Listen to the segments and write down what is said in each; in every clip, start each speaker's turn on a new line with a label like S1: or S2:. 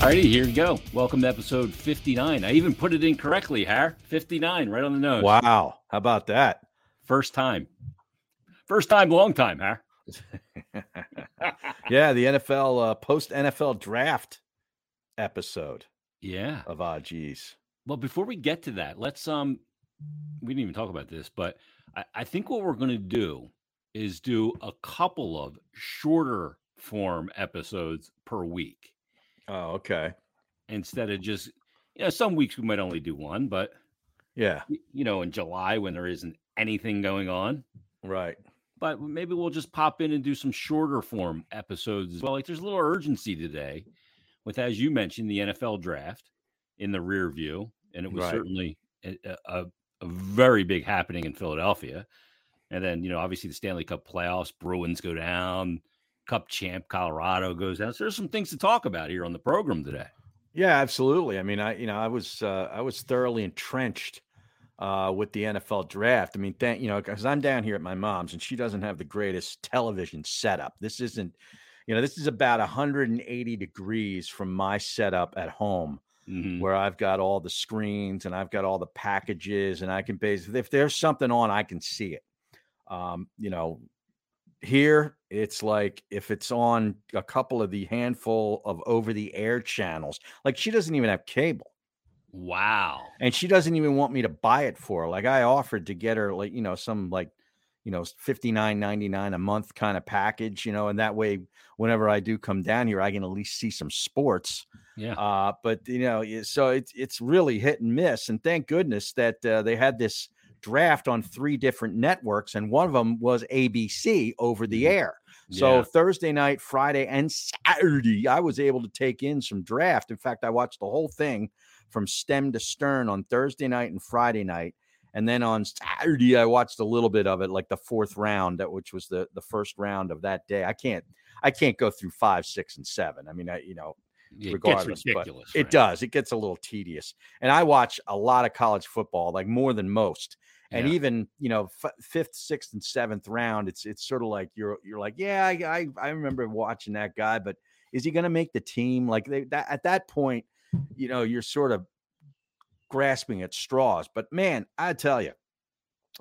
S1: Alrighty, here we go. Welcome to episode 59. I even put it in correctly, Har. 59, right on the nose.
S2: Wow. How about that?
S1: First time. First time, long time, Har.
S2: Yeah, the NFL uh, post NFL draft episode
S1: Yeah.
S2: of Ah Geez.
S1: Well, before we get to that, let's um we didn't even talk about this, but I, I think what we're gonna do is do a couple of shorter form episodes per week
S2: Oh, okay.
S1: instead of just you know, some weeks we might only do one, but
S2: Yeah,
S1: y- you know, in July when there isn't anything going on.
S2: right.
S1: but maybe we'll just pop in and do some shorter form episodes as well. Like there's a little urgency today with, as you mentioned, the NFL draft in the rear view. And it was
S2: Right.
S1: certainly a, a, a very big happening in Philadelphia. And then, you know, obviously the Stanley Cup playoffs, Bruins go down, Cup champ Colorado goes down. So there's some things to talk about here on the program today.
S2: Yeah, absolutely. I mean, I you know, I was uh, I was thoroughly entrenched uh, with the NFL draft. I mean, thank you know, because I'm down here at my mom's and she doesn't have the greatest television setup. This isn't, you know, this is about 180 degrees from my setup at home.
S1: Mhm.
S2: where I've got all the screens and I've got all the packages and I can basically if there's something on, I can see it. Um, you know, here it's like if it's on a couple of the handful of over the air channels, like she doesn't even have cable
S1: Wow.
S2: and she doesn't even want me to buy it for her. Like I offered to get her like, you know, some like, you know, 59.99 a month kind of package, you know, and that way whenever I do come down here, I can at least see some sports.
S1: Yeah.
S2: Uh, but you know, y- so it's it's really hit and miss. And thank goodness that uh, they had this draft on three different networks, and one of them was ABC over the
S1: Mhm.
S2: air. So
S1: Yeah.
S2: Thursday night, Friday, and Saturday, I was able to take in some draft. In fact, I watched the whole thing from stem to stern on Thursday night and Friday night. And then on Saturday, I watched a little bit of it, like the fourth round, that which was the the first round of that day. I can't, I can't go through five, six, and seven. I mean, I you know,
S1: It gets
S2: regardless, but
S1: ridiculous.
S2: it
S1: right?
S2: does. It gets a little tedious. And I watch a lot of college football, like more than most. And
S1: Yeah.
S2: even you know, f- fifth, sixth, and seventh round, it's it's sort of like you're you're like, yeah, I I, I remember watching that guy, but is he going to make the team? Like they, that at that point, you know, you're sort of grasping at straws. But man, I tell you,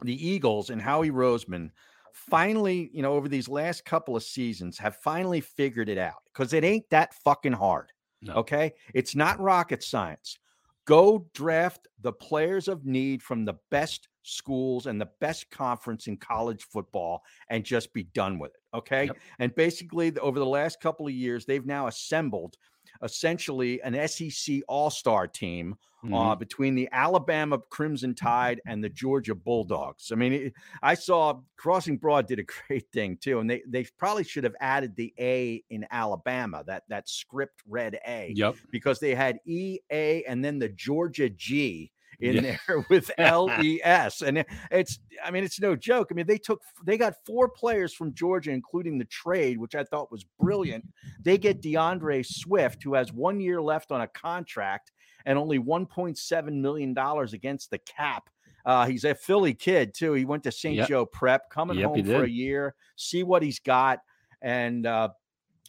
S2: the Eagles and Howie Roseman finally, you know, over these last couple of seasons, have finally figured it out because it ain't that fucking hard.
S1: No.
S2: Okay. It's not rocket science. Go draft the players of need from the best schools and the best conference in college football and just be done with it. Okay.
S1: Yep.
S2: And basically, the- over the last couple of years, they've now assembled essentially an SEC all star team
S1: Mhm.
S2: uh, between the Alabama Crimson Tide and the Georgia Bulldogs. I mean, it, I saw Crossing Broad did a great thing too, and they they probably should have added the A in Alabama that that script read A
S1: Yep.
S2: because they had E A and then the Georgia G in
S1: Yeah.
S2: there with L E S, and it- it's I mean it's no joke. I mean they took they got four players from Georgia, including the trade, which I thought was brilliant. They get DeAndre Swift, who has one year left on a contract and only one point seven million dollars against the cap. Uh, he's a Philly kid too. He went to St.
S1: Yep.
S2: Joe Prep, coming
S1: Yep, he
S2: home for a
S1: did.
S2: year, see what he's got, and uh,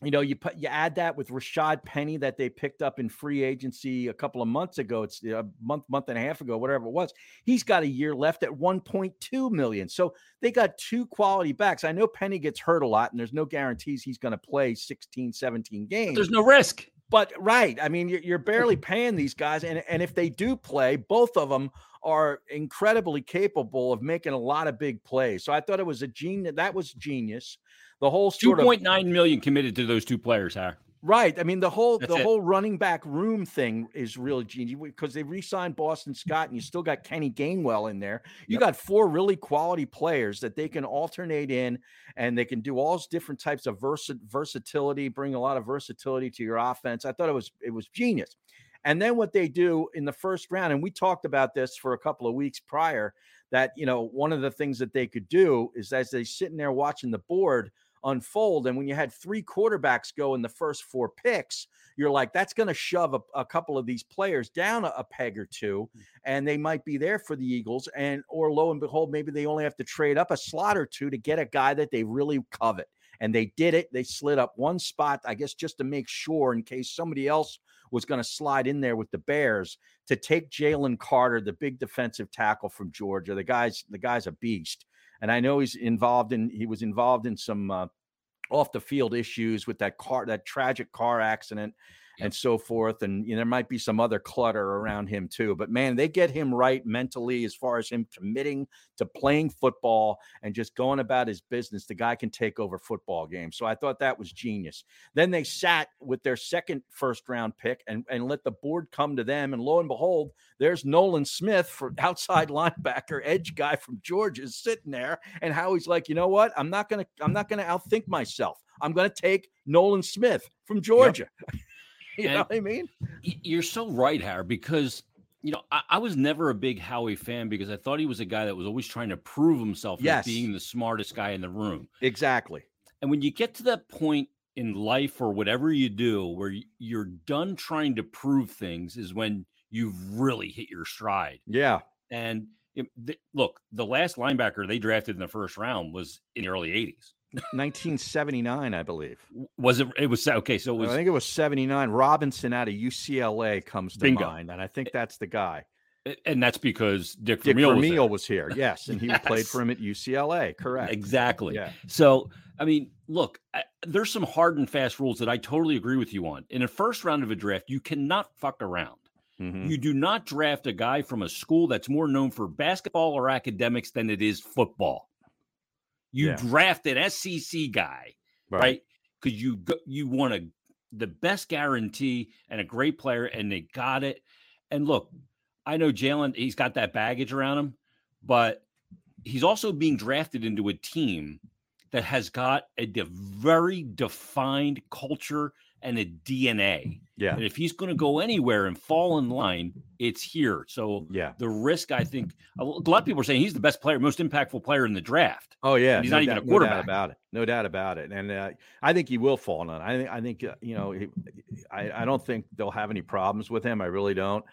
S2: you know, you put you add that with Rashad Penny that they picked up in free agency a couple of months ago. It's a month, month and a half ago, whatever it was. He's got a year left at 1.2 million. So they got two quality backs. I know Penny gets hurt a lot, and there's no guarantees he's going to play 16, 17 games.
S1: There's no risk.
S2: But right, I mean, you're, you're barely paying these guys, and and if they do play, both of them are incredibly capable of making a lot of big plays. So I thought it was a genius. That was genius. The whole
S1: Two
S2: sort of
S1: point nine million committed to those two players, Har.
S2: Right. I mean, the whole
S1: That's
S2: the
S1: it.
S2: whole running back room thing is really genius because they re-signed Boston Scott and you still got Kenny Gainwell in there. You
S1: Yep.
S2: got four really quality players that they can alternate in and they can do all s- different types of versa- versatility, bring a lot of versatility to your offense. I thought it was it was genius. And then what they do in the first round, and we talked about this for a couple of weeks prior, that you know, one of the things that they could do is as they're sitting there watching the board unfold. And when you had three quarterbacks go in the first four picks, you're like, that's going to shove a, a couple of these players down a, a peg or two, and they might be there for the Eagles. And or lo and behold, maybe they only have to trade up a slot or two to get a guy that they really covet. And they did it. They slid up one spot, I guess, just to make sure in case somebody else was going to slide in there with the Bears to take Jalen Carter, the big defensive tackle from Georgia. The guy's the guy's a beast, and I know he's involved in he was involved in some uh, off the field issues with that car that tragic car accident yep. and so forth. And you know, there might be some other clutter around him too. But man, they get him right mentally as far as him committing to playing football and just going about his business. The guy can take over football games. So I thought that was genius. Then they sat with their second first round pick and, and let the board come to them. And lo and behold, there's Nolan Smith for outside linebacker, edge guy from Georgia sitting there. And how he's like, you know what? I'm not gonna, I'm not gonna outthink myself. I'm gonna take Nolan Smith from Georgia. Yep. you and know what I mean?
S1: You're so right, Harry, because you know I, I, was never a big Howie fan because I thought he was a guy that was always trying to prove himself yes. as being the smartest guy in the room.
S2: Exactly.
S1: And when you get to that point in life or whatever you do where you're done trying to prove things is when you've really hit your stride.
S2: Yeah.
S1: And it, th- look, the last linebacker they drafted in the first round was in the early 80s.
S2: 1979, I believe.
S1: Was it? It was okay. So was,
S2: I think it was 79. Robinson out of UCLA comes to bingo. mind, and I think that's the guy.
S1: And that's because Dick,
S2: Dick
S1: Vermeil,
S2: Vermeil was, was, here. Yes, and he yes. played for him at UCLA. Correct.
S1: Exactly. Yeah. So I mean, look, I, there's some hard and fast rules that I totally agree with you on. In the first round of a draft, you cannot fuck around. Mm-hmm. You do not draft a guy from a school that's more known for basketball or academics than it is football. You yeah. draft an SEC guy, right? Because right? you go, you want a the best guarantee and a great player, and they got it. And look, I know Jalen; he's got that baggage around him, but he's also being drafted into a team that has got a de- very defined culture and a DNA.
S2: Yeah.
S1: And if he's going to go anywhere and fall in line, it's here. So
S2: yeah,
S1: the risk I think a lot of people are saying he's the best player, most impactful player in the draft.
S2: Oh yeah,
S1: and he's no not
S2: doubt,
S1: even a quarterback
S2: no about it. No doubt about it. And uh, I think he will fall in line. I think I think uh, you know he, I I don't think they'll have any problems with him. I really don't.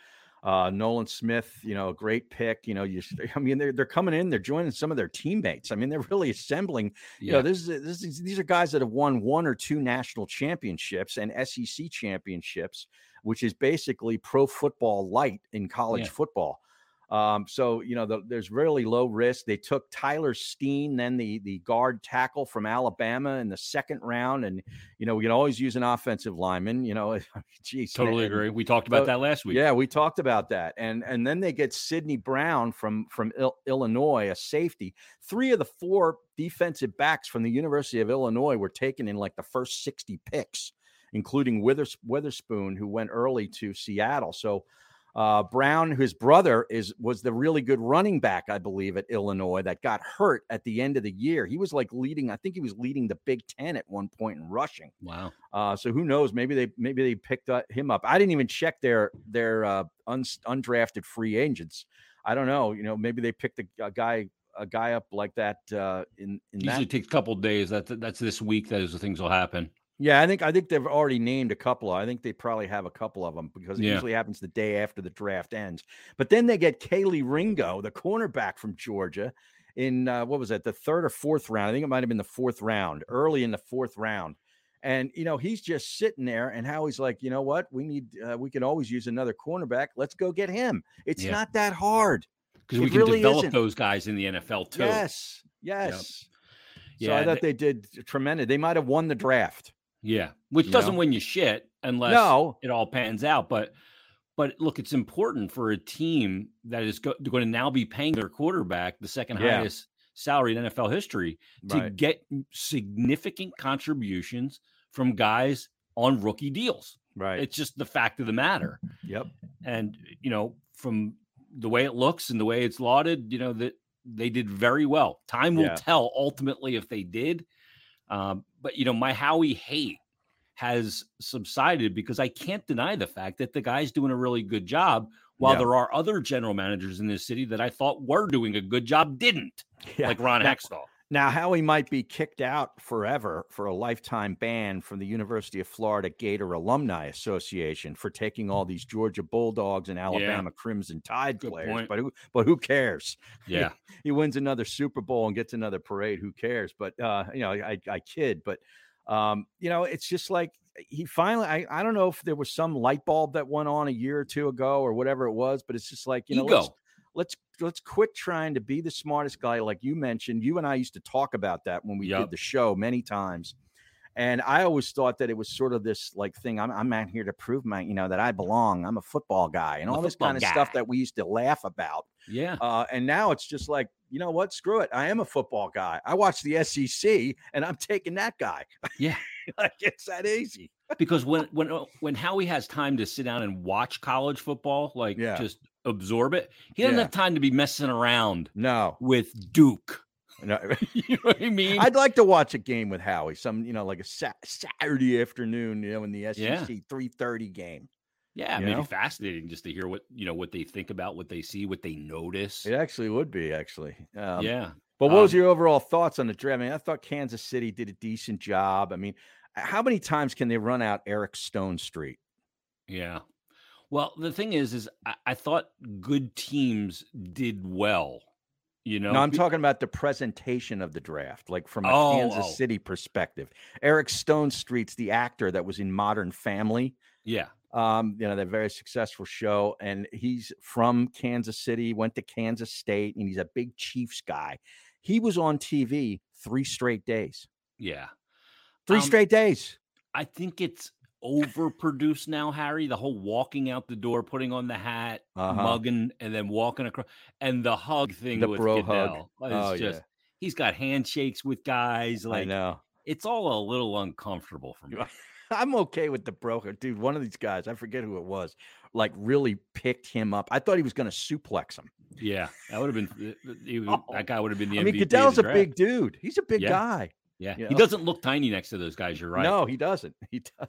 S2: Uh, Nolan Smith, you know, great pick. You know, you, I mean, they're, they're coming in, they're joining some of their teammates. I mean, they're really assembling. Yeah. You know, this is, uh, this is, these are guys that have won one or two national championships and SEC championships, which is basically pro football light in college yeah. football. Um, so you know, the, there's really low risk. They took Tyler Steen, then the the guard tackle from Alabama in the second round, and you know we can always use an offensive lineman. You know, geez,
S1: totally
S2: and,
S1: agree. We talked about so, that last week.
S2: Yeah, we talked about that, and and then they get Sidney Brown from from Il- Illinois, a safety. Three of the four defensive backs from the University of Illinois were taken in like the first 60 picks, including Withers- Witherspoon, who went early to Seattle. So. Uh, Brown, his brother, is was the really good running back, I believe, at Illinois that got hurt at the end of the year. He was like leading, I think he was leading the Big Ten at one point in rushing.
S1: Wow.
S2: Uh, so who knows? Maybe they maybe they picked up, him up. I didn't even check their their uh, un, undrafted free agents. I don't know. You know, maybe they picked a, a guy a guy up like that. Uh, in, in
S1: usually
S2: that.
S1: takes a couple days. That's that's this week. Those things will happen.
S2: Yeah, I think I think they've already named a couple. I think they probably have a couple of them because it yeah. usually happens the day after the draft ends. But then they get Kaylee Ringo, the cornerback from Georgia, in uh, what was that, the third or fourth round? I think it might have been the fourth round, early in the fourth round. And you know he's just sitting there, and how he's like, you know what, we need, uh, we can always use another cornerback. Let's go get him. It's yeah. not that hard
S1: because we can really develop isn't. those guys in the NFL too.
S2: Yes, yes. Yep. Yeah, so I thought they, they did tremendous. They might have won the draft.
S1: Yeah, which you doesn't know? win you shit unless no. it all pans out. But but look, it's important for a team that is go- going to now be paying their quarterback the second yeah. highest salary in NFL history right. to get significant contributions from guys on rookie deals.
S2: Right.
S1: It's just the fact of the matter.
S2: Yep.
S1: And you know, from the way it looks and the way it's lauded, you know that they did very well. Time will yeah. tell ultimately if they did. Um, but you know, my Howie hate has subsided because I can't deny the fact that the guy's doing a really good job. While yeah. there are other general managers in this city that I thought were doing a good job, didn't yeah. like Ron
S2: now,
S1: Hextall.
S2: Now, Howie might be kicked out forever for a lifetime ban from the University of Florida Gator Alumni Association for taking all these Georgia Bulldogs and Alabama yeah. Crimson Tide good players. Point. But who, but who cares?
S1: Yeah,
S2: he, he, wins another Super Bowl and gets another parade. Who cares? But uh, you know, I, I kid, but Um, you know, it's just like eh, he finally, I, I don't know if there was some light bulb that went on a year or two ago or whatever it was, but it's just like, you know, let's,
S1: Ego.
S2: let's, let's quit trying to be the smartest guy. Like you mentioned, you and I used to talk about that when we
S1: Yup.
S2: did the show many times. And I always thought that it was sort of this like thing. I'm, I'm out here to prove my, you know, that I belong. I'm a football guy and
S1: I'm a
S2: all this
S1: football
S2: kind of stuff
S1: guy.
S2: that we used to laugh about.
S1: Yeah.
S2: Uh, and now it's just like, you know what? Screw it. I am a football guy. I watch the SEC and I'm taking that guy.
S1: Yeah.
S2: like it's that easy.
S1: because when when uh, when Howie has time to sit down and watch college football, like
S2: Yeah.
S1: just absorb it, he doesn't
S2: Yeah.
S1: have time to be messing around
S2: No,
S1: with Duke.
S2: no.
S1: You know what I mean?
S2: I'd like to watch a game with Howie. Some, you know, like a Sa- Saturday afternoon, you know, in the SEC
S1: Yeah.
S2: 3:30 game.
S1: yeah,
S2: you
S1: maybe
S2: know?
S1: fascinating just to hear what you know what they think about, what they see, what they notice.
S2: It actually would be actually. Um,
S1: yeah.
S2: But what was
S1: Um,
S2: your overall thoughts on the draft? I mean, I thought Kansas City did a decent job. I mean, how many times can they run out Eric Stone Street?
S1: Yeah. Well, the thing is, is I, I thought good teams did well. You know,
S2: No, I'm
S1: Be-
S2: talking about the presentation of the draft, like from a
S1: Oh,
S2: Kansas
S1: oh.
S2: City perspective. Eric Stone Street's the actor that was in Modern Family.
S1: Yeah.
S2: Um, you know, that very successful show, and he's from Kansas City, went to Kansas State, and he's a big Chiefs guy. He was on TV three straight days.
S1: Yeah.
S2: Three
S1: Um,
S2: straight days.
S1: I think it's overproduced now, Harry. The whole walking out the door, putting on the hat,
S2: Uh-huh.
S1: mugging, and then walking across, and the hug thing
S2: The
S1: with
S2: bro hug.
S1: Goodell
S2: Oh,
S1: is just.
S2: yeah.
S1: He's got handshakes with guys.
S2: I
S1: Like
S2: know.
S1: it's all a little uncomfortable for me.
S2: I'm okay with the broker, dude. One of these guys, I forget who it was, like really picked him up. I thought he was going to suplex him.
S1: Yeah, that would have been he was-
S2: Oh.
S1: that guy would have been the
S2: I
S1: MVP.
S2: mean,
S1: of the
S2: Goodell's a
S1: draft.
S2: big dude. He's a big
S1: Yeah.
S2: guy.
S1: Yeah,
S2: you
S1: he
S2: know?
S1: doesn't look tiny next to those guys. You're right.
S2: No, he doesn't. He does.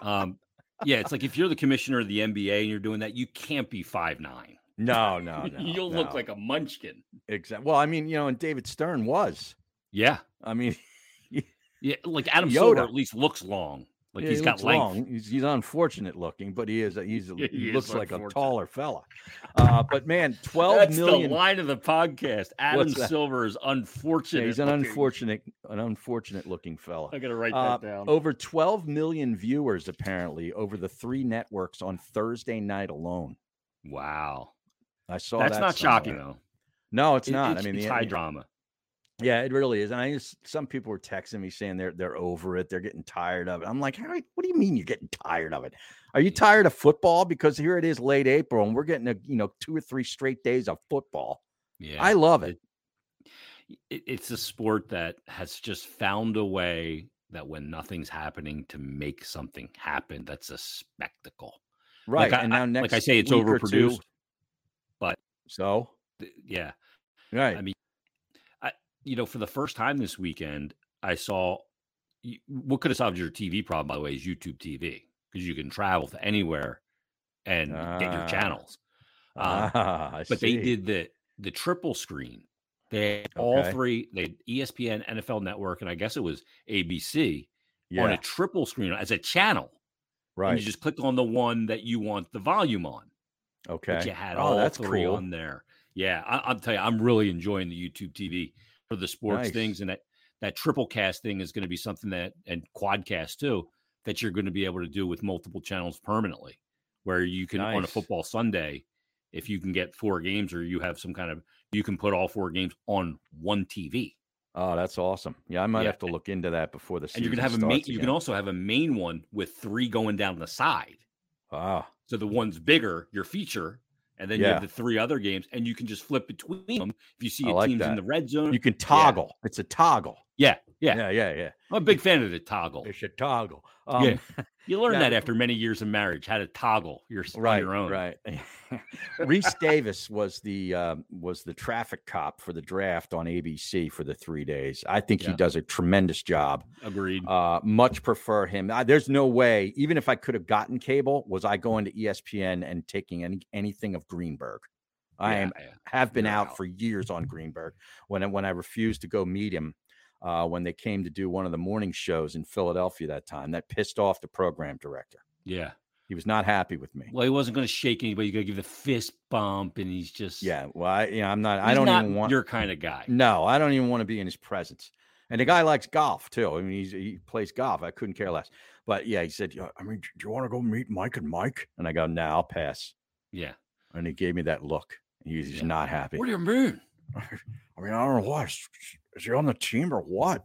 S1: Um, yeah, it's like if you're the commissioner of the NBA and you're doing that, you can't be five nine.
S2: No, Oh, no, no.
S1: You'll look like a munchkin.
S2: exactly. Well, I mean, you know, and David Stern was.
S1: Yeah,
S2: I mean,
S1: yeah, like Adam
S2: Yoda.
S1: Silver at least looks long. Like
S2: yeah,
S1: he's
S2: he
S1: got
S2: looks
S1: length.
S2: long. He's, he's unfortunate looking, but he is. a- He's a-
S1: Yeah,
S2: he,
S1: he is
S2: looks like a
S1: unfortunate.
S2: taller fella. Uh, but man, twelve
S1: That's
S2: million.
S1: the line of the podcast. Adam
S2: What's that?
S1: Silver is unfortunate.
S2: yeah, he's an
S1: looking.
S2: unfortunate, an unfortunate looking fella.
S1: I gotta write
S2: Uh,
S1: that down.
S2: Over 12 million viewers, apparently, over the three networks on Thursday night alone.
S1: wow,
S2: I saw
S1: that's
S2: that
S1: not shocking
S2: somewhere.
S1: though.
S2: No, it's
S1: It-
S2: not. I mean,
S1: it's
S2: the-
S1: high drama.
S2: yeah, it really is. And I just some people were texting me saying they're they're over it, they're getting tired of it. I'm like, Harry, what do you mean you're getting tired of it? Are you tired of football? Because here it is, late April, and we're getting a you know two or three straight days of football.
S1: Yeah,
S2: I love it.
S1: it, it's a sport that has just found a way that when nothing's happening to make something happen. That's a spectacle.
S2: Right.
S1: I-
S2: and
S1: I-
S2: now
S1: like
S2: next
S1: I say, it's
S2: week or two-
S1: overproduced, but-
S2: so
S1: Th- Yeah,
S2: right.
S1: mean, you know, for the first time this weekend, I saw y- what could have solved your TV problem, by the way, is YouTube TV because you can travel to anywhere and get your
S2: Ah,
S1: channels. Um,
S2: ah, I
S1: but they
S2: see.
S1: did the the triple screen. They had all
S2: Okay.
S1: three. They had E ESPN, NFL Network, and I guess it was ABC
S2: yeah,
S1: on a triple screen as a channel.
S2: right.
S1: And you just click on the one that you want the volume on.
S2: Okay.
S1: But you had
S2: Oh,
S1: all
S2: that's
S1: three
S2: cool.
S1: on there. Yeah, I, I'll tell you, I'm really enjoying the YouTube TV for the sports
S2: Nice.
S1: things, and that that triple cast thing is going to be something that and quadcast too that you're going to be able to do with multiple channels permanently, where you can on a
S2: Nice.
S1: football Sunday, if you can get four games or you have some kind of you can put all four games on one TV,
S2: Oh, that's awesome. Yeah, I might
S1: Yeah.
S2: have to look into that before the
S1: and
S2: season.
S1: you can have a main.
S2: starts
S1: You
S2: again.
S1: can also have a main one with three going down the side.
S2: Wow.
S1: So the one's bigger, your feature, and then you
S2: Yeah.
S1: have the three other games, and you can just flip between them. If you see
S2: I
S1: a
S2: like
S1: team's in
S2: that.
S1: the red zone,
S2: You can toggle. It's a toggle.
S1: yeah, yeah,
S2: yeah, yeah, yeah.
S1: I'm a big fan of the toggle.
S2: It's a toggle. Um,
S1: Yeah. You learn
S2: now-
S1: that after many years of marriage, how to toggle your on
S2: Right.
S1: your own.
S2: Right. Reese Davis was the uh, was the traffic cop for the draft on ABC for the three days. I think
S1: Yeah. Mm-hmm.
S2: he does a tremendous job.
S1: Agreed.
S2: Uh, much prefer him. I, there's no way, even if I could have gotten cable, was I going to E ESPN and taking any anything of Greenberg. I
S1: Yeah,
S2: am
S1: yeah.
S2: have been
S1: You're
S2: out,
S1: out.
S2: for years on Greenberg. When I, when I refused to go meet him, uh, when they came to do one of the morning shows in Philadelphia that time, that pissed off the program director.
S1: Yeah.
S2: He was not happy with me.
S1: Well, he wasn't going to shake anybody. You got to give the fist bump, and he's just
S2: Yeah, well, I, you know, I'm not. I
S1: he's
S2: don't
S1: not
S2: even want.
S1: your kind of guy.
S2: No, I don't even want to be in his presence. And the guy likes golf too. I mean, he's, he plays golf. I couldn't care less. But yeah, he said, "Yeah, I mean, do you want to go meet Mike and Mike? And I go, no, I'll pass.
S1: Yeah.
S2: And he gave me that look. He's just
S1: Yeah.
S2: not happy.
S1: What do you mean?
S2: I mean, I don't know why. Is is he on the team or what?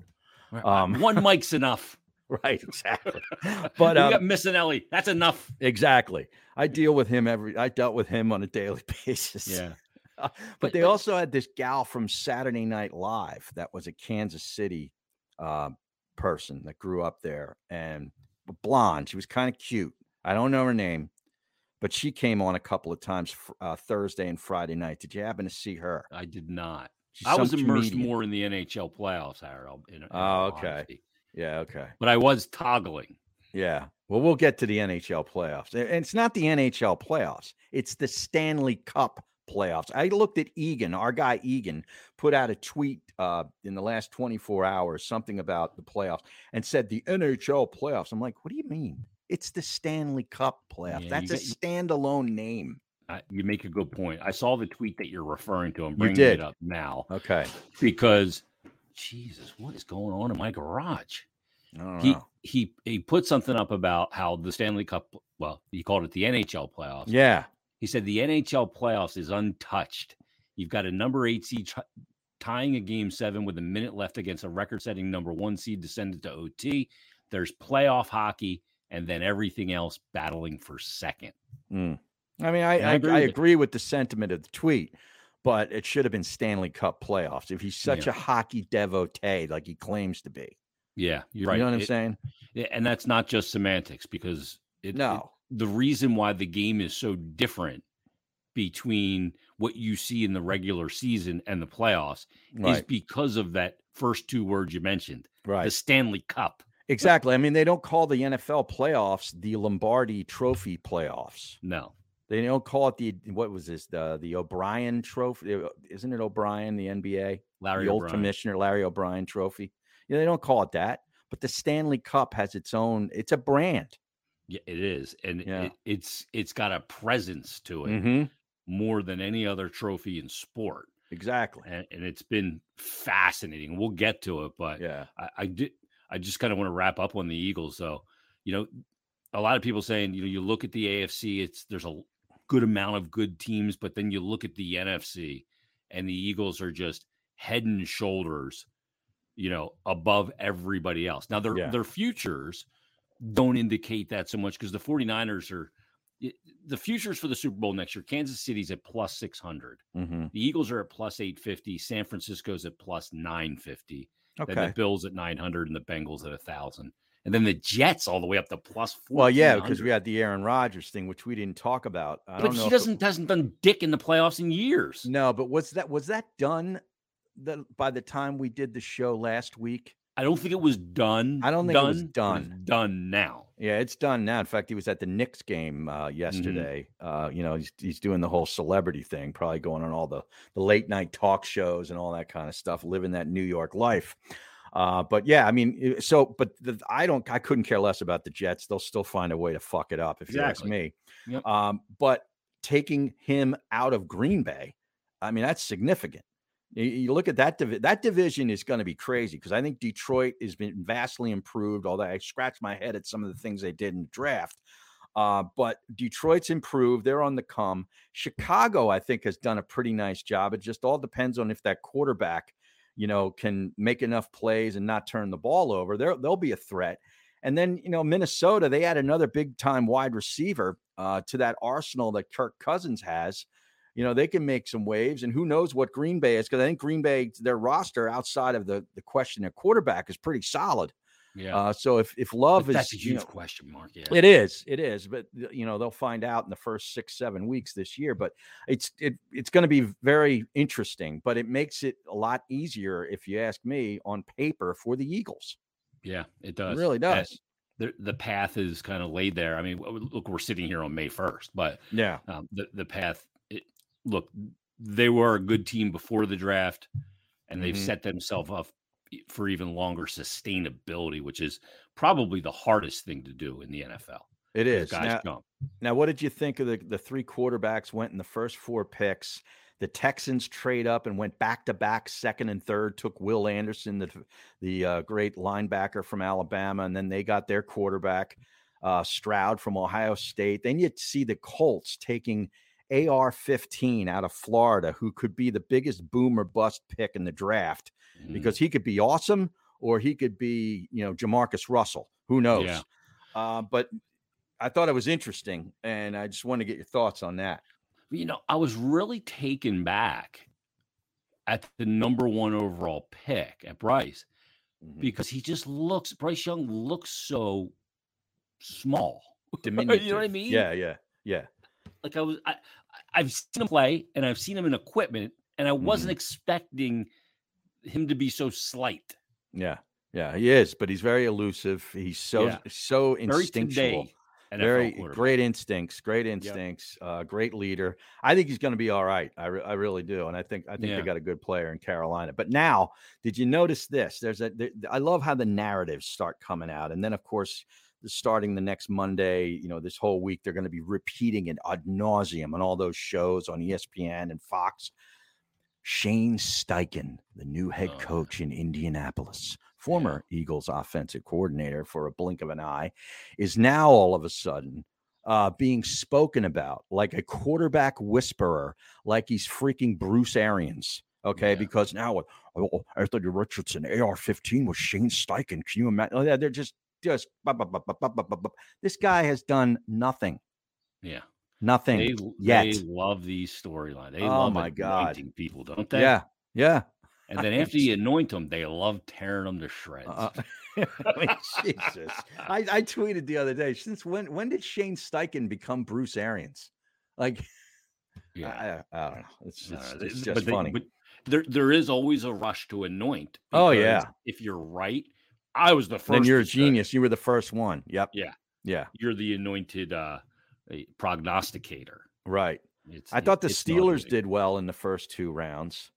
S2: Um,
S1: Um, One mic's enough.
S2: right, exactly.
S1: But
S2: But
S1: we
S2: um,
S1: got Missinelli. That's enough.
S2: exactly. I deal with him every. I dealt with him on a daily basis.
S1: Yeah.
S2: but,
S1: But-
S2: they
S1: but-
S2: also had this gal from Saturday Night Live that was a Kansas City uh, person that grew up there and b- blonde. She was kind of cute. I don't know her name, but she came on a couple of times fr- uh, Thursday and Friday night. Did you happen to see her?
S1: I did not.
S2: She's
S1: I was
S2: some
S1: immersed
S2: comedian.
S1: more in the NHL playoffs, Harold. In, in
S2: Oh,
S1: all
S2: okay.
S1: honesty.
S2: Yeah. Okay.
S1: But I was toggling.
S2: Yeah. Well, we'll get to the NHL playoffs. A- And it's not the NHL playoffs, it's the Stanley Cup playoffs. I looked at Egan, our guy Egan, put out a tweet uh, in the last 24 hours, something about the playoffs, and said the NHL playoffs. I'm like, what do you mean? It's the Stanley Cup playoffs.
S1: Yeah, you
S2: That's a
S1: got- you-
S2: standalone name.
S1: I, you make a good point. I saw the tweet that you're referring to. I'm
S2: You
S1: bringing
S2: did.
S1: it up now
S2: Okay.
S1: because Jesus, what is going on in my garage?
S2: I don't
S1: He
S2: know.
S1: he he put something up about how the Stanley Cup. Well, he called it the NHL playoffs.
S2: Yeah.
S1: He said the NHL playoffs is untouched. You've got a number eight seed tr- tying a game seven with a minute left against a record setting number one seed descended to OT. There's playoff hockey and then everything else battling for second.
S2: Mm. I mean, I,
S1: Hmm. And I
S2: I,
S1: agree
S2: I
S1: with it.
S2: agree with the sentiment of the tweet, but it should have been Stanley Cup playoffs if he's such
S1: Yeah.
S2: a hockey devotee like he claims to be.
S1: Yeah, you're
S2: You
S1: right.
S2: know what I'm
S1: It-
S2: saying?
S1: it- and that's not just semantics because it, it-
S2: No.
S1: the reason why the game is so different between what you see in the regular season and the playoffs is
S2: Right.
S1: because of that first two words you mentioned, the
S2: Right.
S1: Stanley Cup.
S2: Exactly. I mean, they don't call the NFL playoffs the Lombardi Trophy playoffs.
S1: No,
S2: They don't call it the what was this the the O'Brien Trophy? uh, Isn't it O'Brien the NBA?
S1: Larry
S2: the old
S1: O'Brien.
S2: commissioner Larry O'Brien Trophy. Yeah, they don't call it that. But the Stanley Cup has its own. It's a brand.
S1: Yeah, it is, and
S2: Yeah. Mm-hmm.
S1: it, it's it's got a presence to it more than any other trophy in sport,
S2: Exactly.
S1: and, and it's been fascinating. We'll get to it, but
S2: Yeah.
S1: I, I did. I just kind of want to wrap up on the Eagles, though. You know, a lot of people saying you know you look at the AFC, it's there's a good amount of good teams, but then you look at the NFC, and the Eagles are just head and shoulders, you know, above everybody else. Now their
S2: Yeah.
S1: their futures don't indicate that so much because the 49ers are y- the futures for the Super Bowl next year. Kansas City's at plus 600.
S2: hmm
S1: The Eagles are at plus 850. San Francisco's at plus 950 then
S2: Okay.
S1: the Bills at 900 and the Bengals at 1,000. And then the Jets all the way up to plus four.
S2: Well, yeah, because we had the Aaron Rodgers thing, which we didn't talk about. I
S1: But
S2: don't know
S1: he
S2: if it-
S1: doesn't hasn't done dick in the playoffs in years.
S2: No, but was that was that done? The, by the time we did the show last week,
S1: I don't think it was done.
S2: I don't think it was
S1: but it's
S2: done.
S1: Done now.
S2: Yeah, it's done now. In fact, he was at the Knicks game uh,
S1: Mm-hmm.
S2: yesterday. Uh, you know, he's he's doing the whole celebrity thing, probably going on all the the late night talk shows and all that kind of stuff, living that New York life. Uh, but yeah, I mean, i- so but the, I don't, I couldn't care less about the Jets. They'll still find a way to fuck it up if
S1: Exactly.
S2: you ask me.
S1: Yep.
S2: Um, but taking him out of Green Bay, I mean, that's significant. You, you look at that divi- that division is going to be crazy because I think Detroit has been vastly improved. Although I scratched my head at some of the things they did in the draft, uh, but Detroit's improved. They're on the come. Chicago, I think, has done a pretty nice job. It just all depends on if that quarterback, you know, can make enough plays and not turn the ball over. There, they'll be a threat. And then, you know, Minnesota, they had another big time wide receiver uh, to that arsenal that Kirk Cousins has. You know, they can make some waves, and who knows what Green Bay is because I think Green Bay, their roster outside of the the question at quarterback is pretty solid.
S1: Yeah.
S2: Uh, so if if
S1: But
S2: Love is
S1: that's a
S2: you
S1: huge
S2: know,
S1: question mark. Yeah.
S2: it is. It is. But th- you know, they'll find out in the first six, seven weeks this year. But it's it it's going to be very interesting. But it makes it a lot easier, if you ask me, on paper for the Eagles.
S1: yeah, it
S2: It
S1: does.
S2: really
S1: And
S2: does.
S1: The, the path is kind of laid there. I mean, w- look, we're sitting here on May 1st, but
S2: Yeah.
S1: um, the, the path, it, look, they were a good team before the draft, and they've
S2: Mhm.
S1: set themselves up e- for even longer sustainability, which is probably the hardest thing to do in the NFL.
S2: It
S1: is
S2: is.
S1: guys
S2: Now,
S1: jump.
S2: now, what did you think of the the three quarterbacks went in the first four picks? The Texans trade up and went back to back, second and third, took Will Anderson, the the uh, great linebacker from Alabama, and then they got their quarterback uh, Stroud from Ohio State. Then you see the Colts taking AR 15 out of Florida, who could be the biggest boomer bust pick in the draft
S1: Mhm.
S2: because he could be awesome or he could be, you know, Jamarcus Russell. Who knows?
S1: Yeah.
S2: Uh, but I thought it was interesting. And I just wanted to get your thoughts on that.
S1: you know, I was really taken back at the number one overall pick at Bryce
S2: Mhm.
S1: because he just looks Bryce Young looks so small.
S2: Diminutive.
S1: what I mean?
S2: Yeah, yeah, yeah.
S1: Like I was, I, I- I've seen him play and I've seen him in equipment, and I
S2: Mm-hmm.
S1: wasn't expecting him to be so slight.
S2: Yeah. Yeah, he is, but he's very elusive. He's so
S1: Yeah.
S2: so
S1: Very
S2: instinctual.
S1: today, NFL
S2: very
S1: quarterback.
S2: great instincts, great instincts, uh, great leader. I think he's going to be all right. I, re- I really do, and I think I think
S1: Yeah.
S2: they got a good player in Carolina. But now, did you notice this? There's a there, I love how the narratives start coming out, and then of course, starting the next Monday, you know, this whole week they're going to be repeating it ad nauseum on all those shows on E ESPN and Fox. Shane Steichen, the new head
S1: Oh, yeah.
S2: coach in Indianapolis, former Eagles offensive coordinator for a blink of an eye, is now all of a sudden uh, being spoken about like a quarterback whisperer, like he's freaking Bruce Arians. Okay,
S1: Yeah.
S2: because now oh, Anthony Richardson, AR-15 was Shane Steichen. Can you imagine? They're- They're just just bup, bup, bup, bup, bup, bup, bup, bup. this guy has done nothing,
S1: Yeah,
S2: nothing.
S1: they,
S2: yet.
S1: they love these storyline. They
S2: Oh
S1: love
S2: my God.
S1: anointing people, don't they?
S2: yeah, yeah.
S1: And then after you anoint them, they love tearing them to shreds.
S2: Uh, I mean, Jesus, I, I tweeted the other day. Since when? When did Shane Steichen become Bruce Arians? Like,
S1: yeah.
S2: I, I, I don't know. It's,
S1: No,
S2: it's,
S1: no,
S2: it's
S1: th-
S2: just
S1: they-
S2: funny.
S1: but there, there is always a rush to anoint.
S2: Oh,
S1: because
S2: yeah.
S1: if you're right, I was the first.
S2: then you're
S1: to
S2: a
S1: say,
S2: genius. You were the first one. Yep.
S1: Yeah.
S2: Yeah.
S1: You're the anointed uh, eh, prognosticator.
S2: Right.
S1: It's,
S2: I
S1: it-
S2: thought the
S1: it's
S2: Steelers
S1: nauseating.
S2: did well in the first two rounds.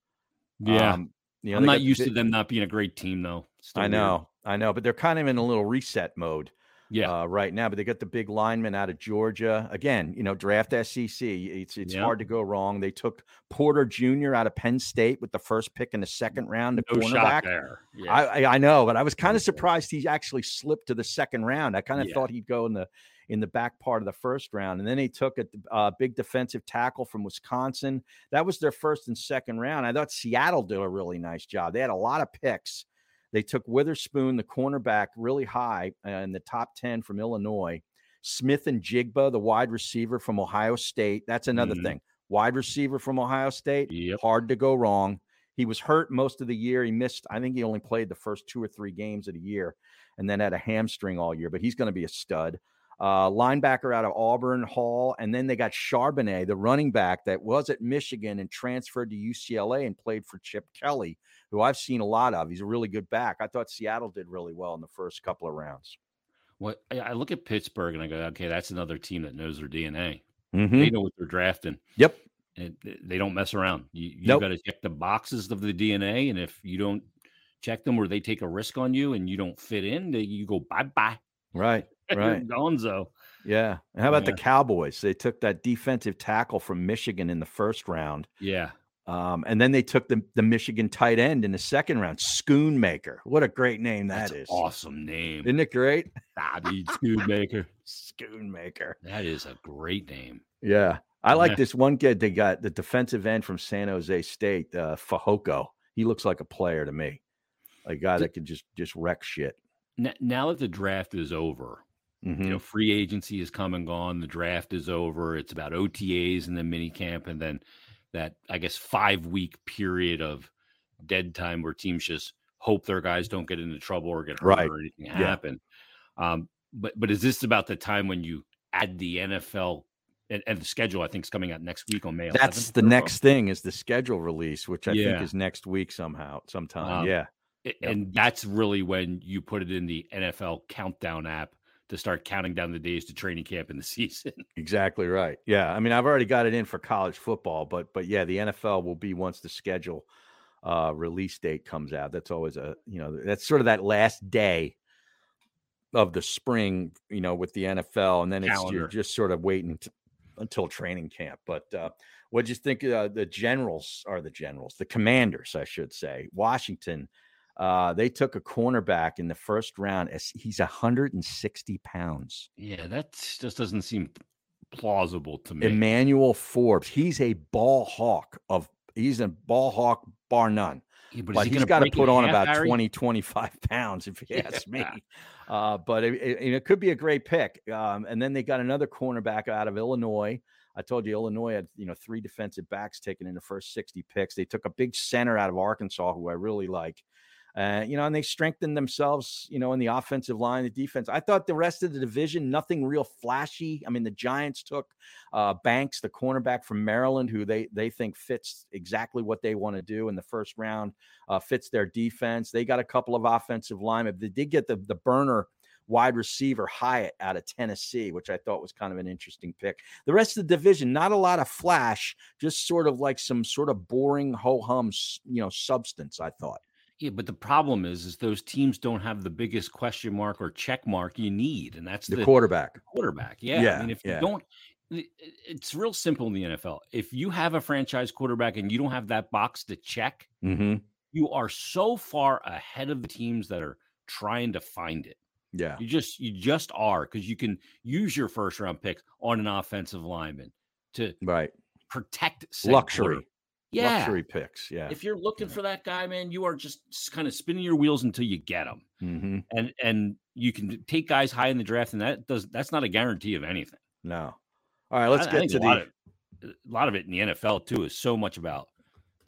S1: Yeah,
S2: Um, you know,
S1: I'm
S2: they
S1: not
S2: got
S1: used to
S2: bit-
S1: them not being a great team though. It's still
S2: I
S1: weird.
S2: know. I know. But they're kind of in a little reset mode.
S1: Yeah,
S2: uh, right now. But they got the big lineman out of Georgia again. You know, draft SEC. It's it's
S1: Yeah.
S2: hard to go wrong. They took Porter Jr. out of Penn State with the first pick in the second round. The
S1: no
S2: cornerback.
S1: shock there. Yeah.
S2: I, I I know, but I was kind
S1: Penn
S2: of
S1: State.
S2: surprised he actually slipped to the second round. I kind of
S1: Yeah.
S2: thought he'd go in the in the back part of the first round, and then they took a uh, big defensive tackle from Wisconsin. That was their first and second round. I thought Seattle did a really nice job. They had a lot of picks. They took Witherspoon, the cornerback, really high uh, in the top ten from Illinois. Smith and Jigba, the wide receiver from Ohio State. That's another
S1: Mhm.
S2: thing. Wide receiver from Ohio State
S1: Yep.
S2: hard to go wrong. He was hurt most of the year. He missed, I think he only played the first two or three games of the year and then had a hamstring all year, but he's going to be a stud. Uh, linebacker out of Auburn Hall. And then they got Charbonnet, the running back that was at Michigan and transferred to UCLA and played for Chip Kelly, who I've seen a lot of. He's a really good back. I thought Seattle did really well in the first couple of rounds.
S1: What I- I look at Pittsburgh and I go, okay, that's another team that knows their DNA.
S2: Mhm.
S1: They know what they're drafting.
S2: Yep.
S1: and th- they don't mess around. You you
S2: Nope.
S1: got to check the boxes of the DNA, and if you don't check them, or they take a risk on you and you don't fit in, then you go bye bye.
S2: Right. Right.
S1: Gonzo.
S2: Yeah. And how about
S1: Yeah.
S2: the Cowboys? They took that defensive tackle from Michigan in the first round.
S1: Yeah,
S2: Um, and then they took the, the Michigan tight end in the second round, Schoonmaker. What a great name
S1: that's
S2: that
S1: an
S2: is.
S1: awesome name,
S2: Isn't it great?
S1: Bobby Studebaker.
S2: Schoonmaker.
S1: That is a great name.
S2: Yeah. I like
S1: Yeah.
S2: this one kid they got, the defensive end from San Jose State, uh, Fajoko. He looks like a player to me, a guy
S1: Did-
S2: that can just just wreck shit.
S1: N- now that the draft is over,
S2: Mhm.
S1: you know, free agency is come and gone. The draft is over. It's about OTAs and then mini camp, and then that I guess five week period of dead time where teams just hope their guys don't get into trouble or get hurt
S2: Right.
S1: or anything
S2: Yeah.
S1: happen. Um, but but is this about the time when you add the NFL and, and the schedule? I think is coming out next week on May. 11th,
S2: That's
S1: if
S2: the
S1: I'm wrong.
S2: next thing is the schedule release, which I
S1: Yeah.
S2: think is next week somehow, sometime.
S1: Um,
S2: yeah.
S1: A-
S2: Yep.
S1: and that's really when you put it in the NFL countdown app to start counting down the days to training camp and the season.
S2: Exactly right. Yeah, I mean, I've already got it in for college football, but but yeah, the NFL will be once the schedule uh, release date comes out. That's always a you know that's sort of that last day of the spring, you know, with the NFL, and then it's you're
S1: Calendar.
S2: just sort of waiting t- until training camp. But uh, what do you think? Uh, the generals are the generals, the commanders, I should say. Washington, uh, they took a cornerback in the first round. As he's 160 pounds.
S1: Yeah, that just doesn't seem plausible to me.
S2: Emmanuel Forbes, he's a ball hawk of. He's a ball hawk bar none.
S1: Yeah, but is
S2: But
S1: he
S2: he's
S1: gonna
S2: got to
S1: break in
S2: put on
S1: half,
S2: about
S1: Harry?
S2: twenty, twenty-five 20, 25 pounds, if you ask me.
S1: Yeah.
S2: Uh, but it, it, and it could be a great pick. Um, and then they got another cornerback out of Illinois. I told you Illinois had you know three defensive backs taken in the first 60 picks. They took a big center out of Arkansas, who I really like. Uh, you know, and they strengthened themselves, you know, in the offensive line, the defense. I thought the rest of the division, nothing real flashy. I mean, the Giants took uh, Banks, the cornerback from Maryland, who they they think fits exactly what they want to do in the first round, uh, fits their defense. They got a couple of offensive linemen. They did get the the burner wide receiver Hyatt out of Tennessee, which I thought was kind of an interesting pick. The rest of the division, not a lot of flash, just sort of like some sort of boring ho hum, you know, substance. I thought.
S1: Yeah, but the problem is, is those teams don't have the biggest question mark or check mark you need, and that's the,
S2: quarterback.
S1: quarterback. Yeah, I
S2: Yeah,
S1: mean, if
S2: yeah.
S1: you don't, it- it's real simple in the NFL. If you have a franchise quarterback and you don't have that box to check,
S2: Mm-hmm.
S1: you are so far ahead of the teams that are trying to find it.
S2: Yeah.
S1: You just you just are because you can use your first round picks on an offensive lineman to
S2: Right.
S1: protect said
S2: Luxury.
S1: quarter- Yeah,
S2: Luxury picks. Yeah.
S1: if you're looking
S2: Yeah.
S1: for that guy, man, you are just kind of spinning your wheels until you get him.
S2: mm-hmm.
S1: and and you can take guys high in the draft, and that does that's not a guarantee of anything.
S2: No. All right. Let's
S1: I- I
S2: get
S1: think
S2: to
S1: a lot
S2: the.
S1: of, a lot of it in the NFL too is so much about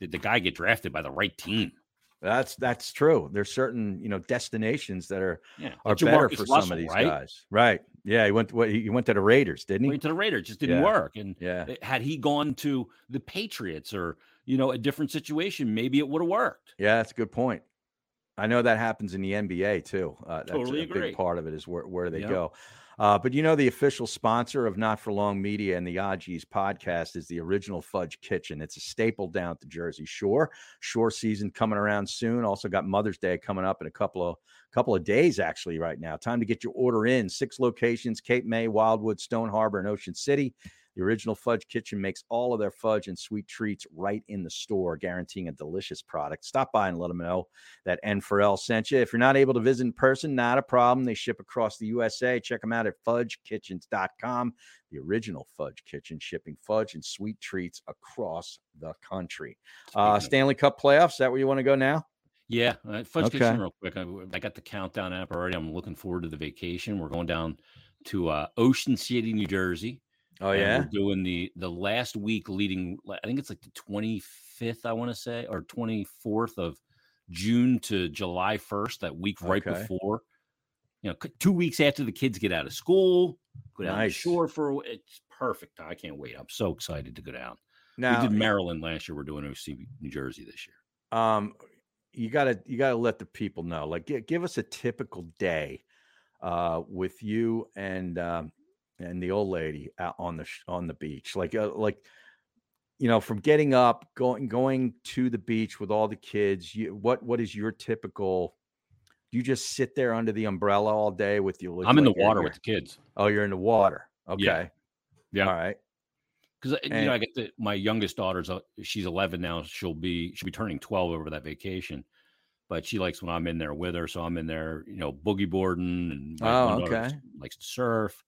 S1: did the guy get drafted by the right team?
S2: That's that's true. There's certain you know destinations that are
S1: Yeah,
S2: are
S1: Like
S2: better
S1: Jamarcus
S2: for some
S1: Russell,
S2: of these
S1: right?
S2: guys. Right. Yeah. He went. To, what, he went to the Raiders, didn't he?
S1: Went to the Raiders, just didn't
S2: Yeah.
S1: work. And
S2: yeah.
S1: it- eh, had he gone to the Patriots or you know a different situation, maybe it would have worked.
S2: Yeah, that's a good point. I know that happens in the NBA too. Uh, that's
S1: Totally
S2: a
S1: agree.
S2: big part of it is where, where they
S1: Yep.
S2: go. Uh, but you know, the official sponsor of Not for Long Media and the Odgies podcast is the original Fudge Kitchen. It's a staple down at the Jersey Shore. Shore season coming around soon. Also got Mother's Day coming up in a couple of couple of days actually right now. Time to get your order in. Six locations: Cape May, Wildwood, Stone Harbor, and Ocean City. The original Fudge Kitchen makes all of their fudge and sweet treats right in the store, guaranteeing a delicious product. Stop by and let them know that N4L sent you. If you're not able to visit in person, not a problem. They ship across the USA. Check them out at fudgekitchens.com. The original Fudge Kitchen shipping fudge and sweet treats across the country. Uh,
S1: Speaking of-
S2: Stanley Cup playoffs. Is that where you want to go now?
S1: yeah, uh, fudge
S2: okay.
S1: kitchen real quick. I, I got the countdown app already. I'm looking forward to the vacation. We're going down to uh, Ocean City, New Jersey.
S2: Oh
S1: and we're doing the the last week leading. I think it's like the twenty fifth. I want to say or twenty fourth of June to July first. That week right
S2: Okay.
S1: before, you know, c- two weeks after the kids get out of school, go down to the
S2: Nice.
S1: shore for a w- it's perfect. I can't wait. I'm so excited to go down.
S2: Now,
S1: we did Maryland last year. We're doing OC New Jersey this year.
S2: um you gotta you gotta let the people know like gi- give us a typical day uh with you and um and the old lady out on the sh- on the beach like uh, like you know from getting up going going to the beach with all the kids you what what is your typical do you just sit there under the umbrella all day with your
S1: I'm in
S2: like,
S1: the
S2: your-
S1: water
S2: your-
S1: with the kids
S2: oh you're in the water okay
S1: Yeah. Yeah.
S2: all right
S1: because uh, you
S2: And-
S1: know I get the, my youngest daughter's uh, she's 11 now. She'll be she'll be turning 12 over that vacation, but she likes when I'm in there with her. So I'm in there, you know, boogie boarding and
S2: Oh,
S1: one daughter
S2: okay.
S1: likes to surf.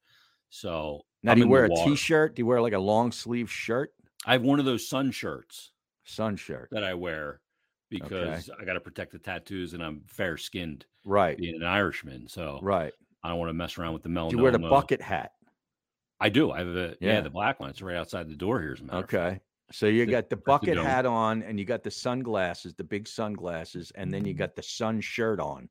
S1: So
S2: now
S1: I'm
S2: do
S1: in
S2: you
S1: the
S2: wear a
S1: water.
S2: t-shirt do you wear like a long sleeve shirt
S1: I have one of those sun shirts
S2: sun shirt
S1: that I wear because I got to protect the tattoos and I'm fair skinned
S2: right
S1: being an Irishman. So
S2: right
S1: I don't want to mess around with the melanoma.
S2: do you wear the bucket hat
S1: I do. I have a yeah,
S2: Yeah.
S1: the black one. It's right outside the door here. As a matter of fact.
S2: Okay. So you
S1: The-
S2: got the
S1: the
S2: bucket
S1: dome.
S2: hat on and you got the sunglasses, the big sunglasses, and then you
S1: Mm-hmm.
S2: got the sun shirt on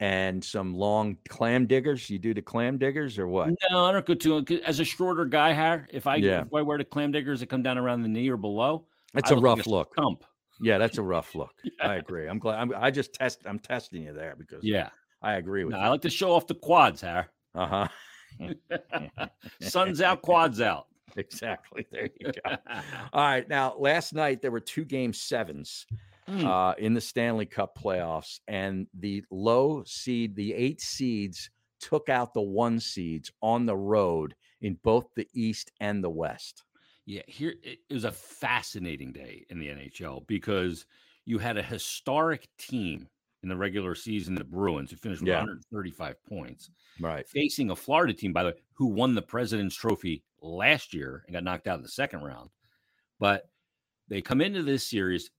S2: and some long clam diggers. You do the clam diggers or what?
S1: No, I don't go too. 'cause As a shorter guy, Har, if I
S2: Yeah.
S1: if I wear the clam diggers that come down around the knee or below,
S2: That's
S1: I
S2: a
S1: look like
S2: rough look.
S1: stump.
S2: Yeah, that's a rough look. I agree. I'm glad I'm, I just test I'm testing you there because
S1: Yeah,
S2: I agree with
S1: No, I like to show off the quads, Har.
S2: you. Uh-huh.
S1: Sun's out, quads out.
S2: Exactly. There you go. All right. Now, last night there were two game sevens.
S1: Hmm.
S2: uh, in the Stanley Cup playoffs, and the low seed, the eight seeds, took out the one seeds on the road in both the East and the West.
S1: Yeah, here it, it was a fascinating day in the NHL because you had a historic team in the regular season, the Bruins, who finished with
S2: Yeah.
S1: 135 points,
S2: Right.
S1: facing a Florida team, by the way, who won the President's Trophy last year and got knocked out in the second round. But they come into this series.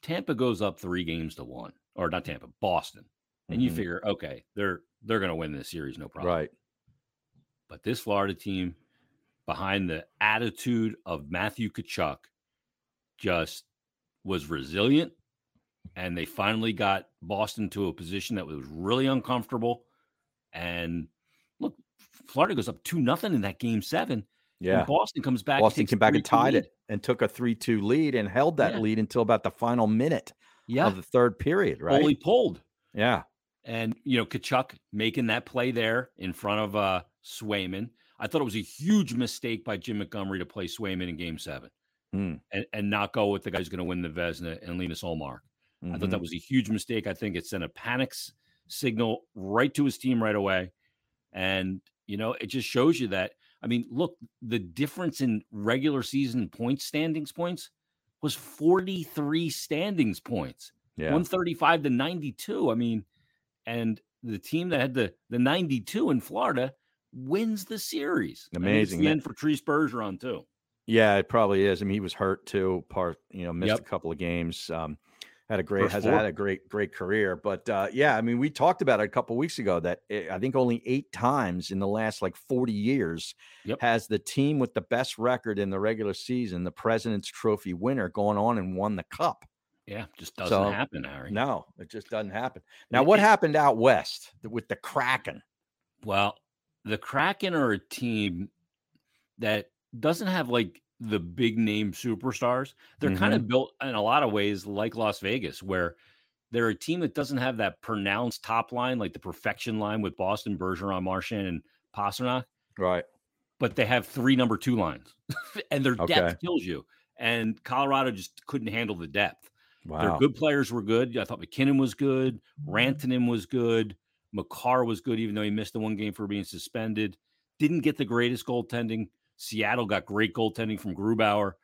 S1: Tampa goes up three games to one, or not Tampa, Boston, and you
S2: Mhm.
S1: figure, okay, they're they're going to win this series, no problem.
S2: Right.
S1: But this Florida team, behind the attitude of Matthew Kachuk, just was resilient. And they finally got Boston to a position that was really uncomfortable. And look, Florida goes up 2 nothing in that game seven.
S2: Yeah.
S1: And Boston comes back. and
S2: Boston
S1: takes
S2: came back and
S1: 3-2
S2: tied
S1: lead.
S2: it and took a 3 2 lead and held that
S1: Yeah.
S2: lead until about the final minute
S1: Yeah.
S2: of the third period, right?
S1: Only pulled.
S2: yeah.
S1: And you know, Kachuk making that play there in front of uh Swayman. I thought it was a huge mistake by Jim Montgomery to play Swayman in game seven
S2: Hmm.
S1: and, and not go with the guy who's going to win the Vesna and Linus Olmark. I thought
S2: Mhm.
S1: that was a huge mistake. I think it sent a panic s- signal right to his team right away. And, you know, it just shows you that. I mean, look, the difference in regular season point standings points was 43 standings points.
S2: yeah.
S1: 135 to 92. I mean, and the team that had the the 92 in Florida wins the series. I mean, it's
S2: Amazing,
S1: the
S2: man.
S1: end for Trees Bergeron too.
S2: Yeah, it probably is. I mean, he was hurt too. Part, you know, missed
S1: Yep.
S2: a couple of games. Um, had a great
S1: First
S2: has
S1: four.
S2: had a great great career, but uh, yeah, I mean, we talked about it a couple weeks ago that eh, I think only eight times in the last like forty years
S1: Yep.
S2: has the team with the best record in the regular season, the President's Trophy winner, gone on and won the cup.
S1: Yeah, just doesn't
S2: So,
S1: happen, Harry.
S2: No, it just doesn't happen. Now,
S1: It-
S2: what
S1: it-
S2: happened out west with the Kraken?
S1: Well, the Kraken are a team that doesn't have like the big name superstars. They're kind
S2: Mm-hmm.
S1: of built in a lot of ways like Las Vegas, where they're a team that doesn't have that pronounced top line, like the perfection line with Boston, Bergeron, Marchand, and Pasternak.
S2: Right.
S1: but they have three number two lines and their
S2: Okay.
S1: depth kills you. And Colorado just couldn't handle the depth.
S2: Wow. Mm-hmm.
S1: Their good players were good. I thought McKinnon was good. Rantanen was good. McCarr was good, even though he missed the one game for being suspended. Didn't get the greatest goaltending. Seattle got great goaltending from Grubauer.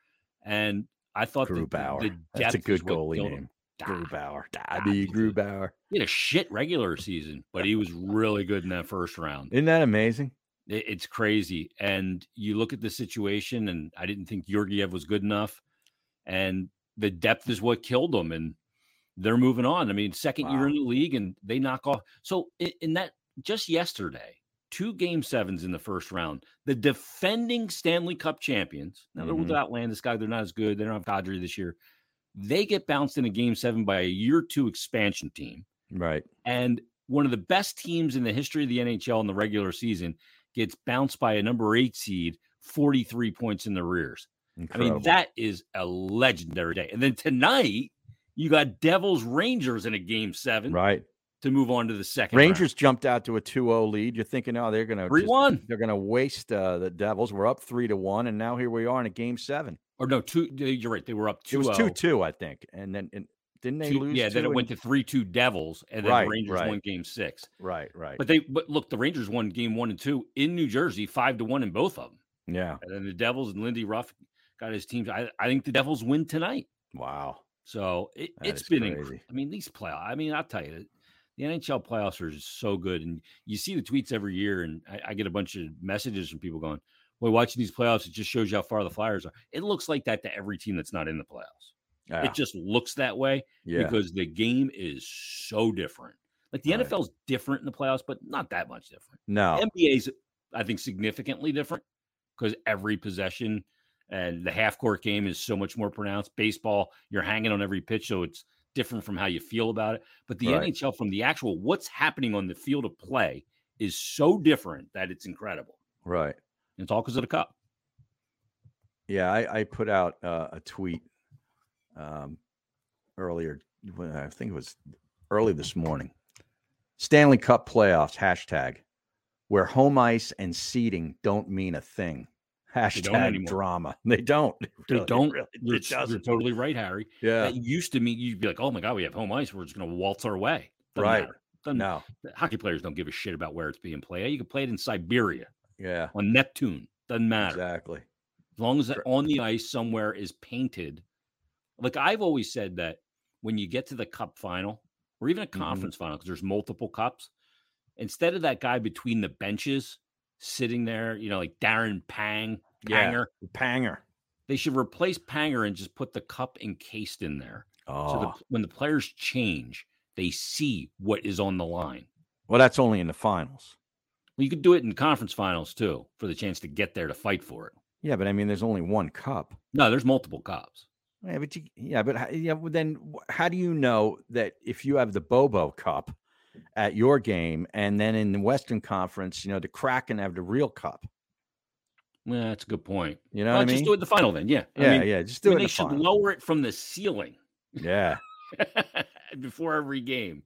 S1: And I thought that the-
S2: Grubauer.
S1: The
S2: That's a
S1: depth
S2: good
S1: is what
S2: goalie
S1: killed him.
S2: name.
S1: Dah.
S2: Grubauer.
S1: Dobby
S2: Dobby Grubauer.
S1: He had a shit regular season, but he was really good in that first round.
S2: Isn't that amazing?
S1: It- it's crazy. And you look at the situation, and I didn't think Georgiev was good enough. And the depth is what killed them. And they're moving on. I mean, second year
S2: Wow.
S1: in the league, and they knock off. So, in, in that, just yesterday, two game sevens in the first round, the defending Stanley Cup champions. Now, they're
S2: Mhm.
S1: without Landis guy. They're not as good. They don't have Kadri this year. They get bounced in a game seven by a year two expansion team
S2: Right.
S1: and one of the best teams in the history of the NHL in the regular season gets bounced by a number eight seed, 43 points in the rears.
S2: Incredible.
S1: I mean, that is a legendary day. And then tonight, you got Devils Rangers in a game seven
S2: Right.
S1: to move on to the second.
S2: Rangers jumped out to a 2-0 lead. You're thinking, oh, they're going to
S1: 3 1
S2: they're going to waste uh, the Devils. We're up three to one, and now here we are in a game seven.
S1: or no, two. You're right. They were up 2
S2: It was two two, I think, and then and didn't they lose?
S1: yeah, then
S2: two
S1: it went
S2: in-
S1: to three two Devils, and then
S2: Right,
S1: the Rangers
S2: right.
S1: won game six.
S2: right, right.
S1: But they but look, the Rangers won game one and two in New Jersey, five to one in both of them.
S2: yeah,
S1: And then the Devils and Lindy Ruff got his teams. I, I think the Devils win tonight.
S2: wow.
S1: So it,
S2: That
S1: it's
S2: is
S1: been, incre-
S2: crazy.
S1: I mean, these playoff. I mean, I'll tell you, the NHL playoffs are just so good. And you see the tweets every year, and I, I get a bunch of messages from people going, Boy, watching these playoffs, it just shows you how far the Flyers are. It looks like that to every team that's not in the playoffs.
S2: Yeah,
S1: It just looks that way
S2: yeah.
S1: because the game is so different. Like the
S2: Right.
S1: NFL's different in the playoffs, but not that much different.
S2: no,
S1: NBA's, I think, significantly different because every possession and the half court game is so much more pronounced. Baseball, you're hanging on every pitch, so it's different from how you feel about it. But the
S2: Right.
S1: NHL, from the actual what's happening on the field of play, is so different that it's incredible.
S2: right.
S1: And it's all because of the cup.
S2: Yeah, I, I put out uh, a tweet um, earlier. When, I think it was early this morning. Stanley Cup playoffs hashtag, where home ice and seating don't mean a thing.
S1: don't
S2: Hashtag
S1: anymore.
S2: drama. They don't.
S1: They
S2: Really, it
S1: don't.
S2: really-
S1: you're,
S2: it doesn't.
S1: you're totally right, Harry.
S2: Yeah.
S1: That used to mean you'd be like, "Oh my God, we have home ice. We're just going to waltz our way." Doesn't
S2: Right.
S1: matter. Doesn't-
S2: No.
S1: Hockey players don't give a shit about where it's being played. You can play it in Siberia
S2: Yeah.
S1: on Neptune. Doesn't matter.
S2: Exactly.
S1: as long as that
S2: Sure.
S1: on the ice somewhere is painted. Like I've always said that when you get to the cup final or even a
S2: Mhm.
S1: conference final, because there's multiple cups, instead of that guy between the benches sitting there, you know, like Darren Pang,
S2: Yeah.
S1: Panger,
S2: Panger.
S1: they should replace Panger and just put the cup encased in there.
S2: Oh.
S1: So the, when the players change, they see what is on the line.
S2: well, that's only in the finals.
S1: Well, you could do it in conference finals too for the chance to get there to fight for it.
S2: Yeah, but I mean, there's only one cup.
S1: No, there's multiple cups.
S2: Yeah, but you, yeah, but how- yeah. Well, then wh- how do you know that if you have the Bobo Cup at your game, and then in the Western Conference, you know the Kraken have the real cup?
S1: Yeah, that's a good point.
S2: You know
S1: Well,
S2: what I mean?
S1: just do it in the final then. Yeah.
S2: yeah,
S1: I mean,
S2: yeah. Just
S1: I mean,
S2: do it. in
S1: they
S2: the
S1: should
S2: final.
S1: lower it from the ceiling
S2: yeah,
S1: before every game,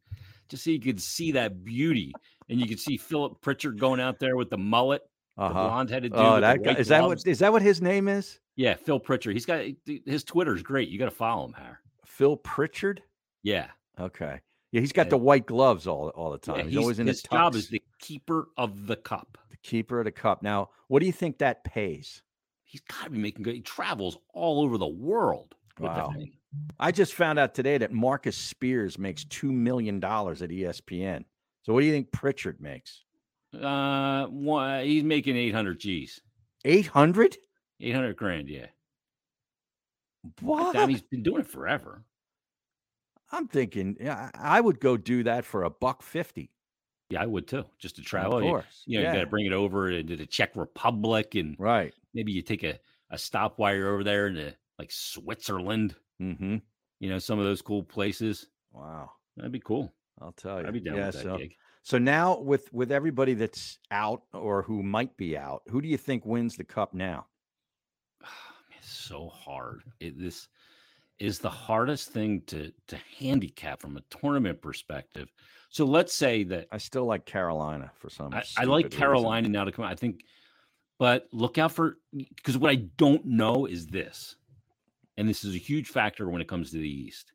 S1: just so you could see that beauty, and you could see Philip Pritchard going out there with the mullet,
S2: uh
S1: the
S2: huh.
S1: blonde-headed dude.
S2: Oh,
S1: with the
S2: that guy,
S1: white
S2: is that
S1: gloves.
S2: what is that what his name is?
S1: Yeah, Phil Pritchard. He's got dude, his Twitter's great. You got to follow him, Har.
S2: Phil Pritchard.
S1: Yeah,
S2: Okay. Yeah, he's got
S1: Yeah.
S2: the white gloves all all the
S1: yeah,
S2: time. he's, always in
S1: his
S2: his
S1: job is
S2: tux.
S1: the keeper of the cup.
S2: the keeper of the cup. Now, what do you think that pays?
S1: He's got to be making good. He travels all over the world. With
S2: Wow.
S1: the thing.
S2: I just found out today that Marcus Spears makes two million dollars at E ESPN. So what do you think Pritchard makes?
S1: Uh, one, he's making eight hundred G's,
S2: Eight hundred?
S1: eight hundred grand. Yeah,
S2: What?
S1: I mean, he's been doing it forever.
S2: I'm thinking, yeah, I I would go do that for a buck fifty.
S1: Yeah, I would too, just to
S2: Of
S1: travel. You-
S2: course.
S1: you know,
S2: yeah.
S1: you got to bring it over into the Czech Republic, and
S2: right.
S1: maybe you take a, a stopwire over there into like Switzerland,
S2: Mm-hmm.
S1: you know, some of those cool places.
S2: Wow.
S1: That'd be cool.
S2: I'll tell you.
S1: I'd be down
S2: yeah,
S1: with that
S2: so,
S1: gig.
S2: so now with with everybody that's out or who might be out, who do you think wins the cup now?
S1: Man, it's so hard. It, this is the hardest thing to to handicap from a tournament perspective. So let's say that
S2: I still like Carolina for some.
S1: I, I like
S2: stupid reason.
S1: Carolina now to come. out. I think, but look out for because what I don't know is this, and this is a huge factor when it comes to the East.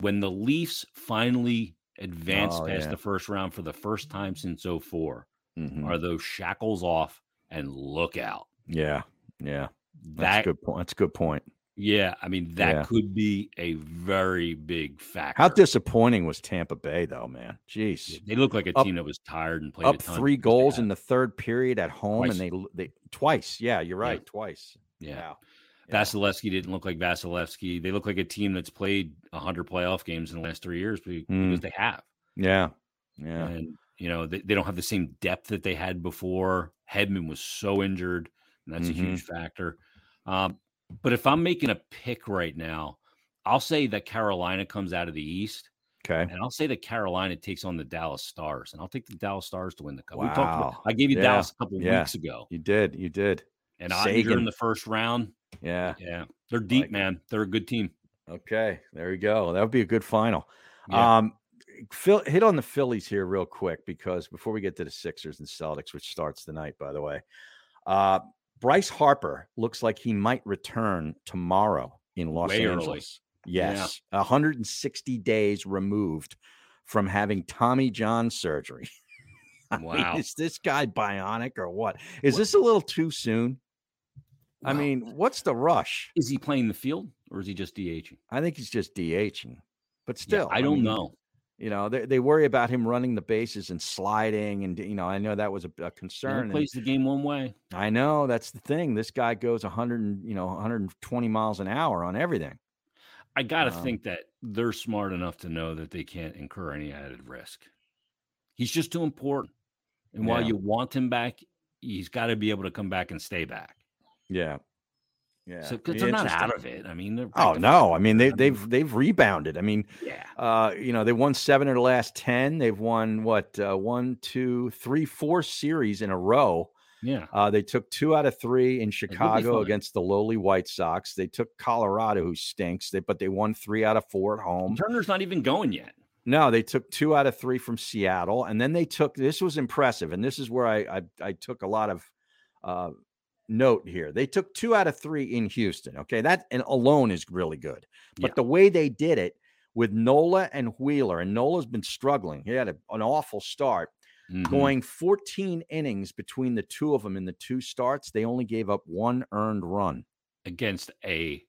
S1: When the Leafs finally advance
S2: Oh,
S1: past
S2: yeah.
S1: the first round for the first time since 4
S2: Mhm.
S1: are those shackles off and look out?
S2: Yeah, yeah. That's a
S1: That
S2: good point. That's a good point.
S1: yeah, I mean that
S2: Yeah.
S1: could be a very big factor.
S2: How disappointing was Tampa Bay though, man? Jeez.
S1: they look like a
S2: up-
S1: team that was tired and played a
S2: Up
S1: ton
S2: three
S1: because they
S2: goals
S1: had-
S2: in the third period at home,
S1: Twice.
S2: and they l- they twice. Yeah, you're
S1: Yeah.
S2: right. Twice.
S1: yeah.
S2: Wow. Yeah.
S1: Vasilevsky didn't look like Vasilevsky. They look like a team that's played 100 playoff games in the last three years be-
S2: Mm.
S1: because they have.
S2: Yeah. Yeah.
S1: And, you know, they, they don't have the same depth that they had before. Hedman was so injured, and that's
S2: Mhm.
S1: a huge factor. Um, but if I'm making a pick right now, I'll say that Carolina comes out of the East,
S2: Okay.
S1: and I'll say that Carolina takes on the Dallas Stars, and I'll take the Dallas Stars to win the cup. We talked about-
S2: Wow.
S1: I gave you
S2: Yeah.
S1: Dallas a couple
S2: Yeah.
S1: weeks ago,
S2: You did. You did.
S1: and Ottinger
S2: Sagan.
S1: in the first round.
S2: Yeah.
S1: Yeah, they're deep,
S2: like it.
S1: man. They're a good team.
S2: Okay. There you go. That would be a good final.
S1: Yeah.
S2: Um, Phil, hit on the Phillies here real quick because before we get to the Sixers and Celtics, which starts tonight, by the way, uh, Bryce Harper looks like he might return tomorrow in Los
S1: Way early.
S2: Angeles. Yes, 160 days removed from having Tommy John surgery. I mean,
S1: Wow.
S2: is this guy bionic or what? Is
S1: What-
S2: this a little too soon? I
S1: Wow.
S2: mean, what's the rush?
S1: is he playing the field or is he just DHing?
S2: I think he's just DHing, but
S1: Yeah,
S2: still,
S1: I don't
S2: mean,
S1: know.
S2: You know, they, they worry about him running the bases and sliding, and you know, I know that was a, a
S1: He
S2: concern.
S1: only
S2: and
S1: plays the game one way.
S2: I know that's the thing. This guy goes 100, and, you know, 120 miles an hour on everything.
S1: I got to
S2: Um,
S1: think that they're smart enough to know that they can't incur any added risk. He's just too important. And while
S2: Yeah.
S1: you want him back, he's got to be able to come back and stay back.
S2: Yeah, yeah.
S1: So
S2: Be
S1: because they're not
S2: interesting.
S1: out of it. I mean, they're
S2: Oh
S1: back to
S2: no! I mean, they,
S1: mean-
S2: they've they've rebounded. I mean,
S1: back. yeah.
S2: uh, you know, they won seven of the last ten. They've won what uh, one, two, three, four series in a row.
S1: Yeah.
S2: Uh, they took two out of three in
S1: be
S2: Chicago
S1: fun.
S2: against the lowly White Sox. They took Colorado, who stinks, they, but they won three out of four at home.
S1: Turner's not even going yet.
S2: No, they took two out of three from Seattle, and then they took. This was impressive, and this is where I I, I took a lot of uh, note here. They took two out of three in Houston. Okay, that and alone is really good, but
S1: Yeah.
S2: the way they did it with Nola and Wheeler. And Nola's been struggling. He had a, an awful start.
S1: Mhm.
S2: Going 14 innings between the two of them in the two starts, they only gave up one earned run
S1: against a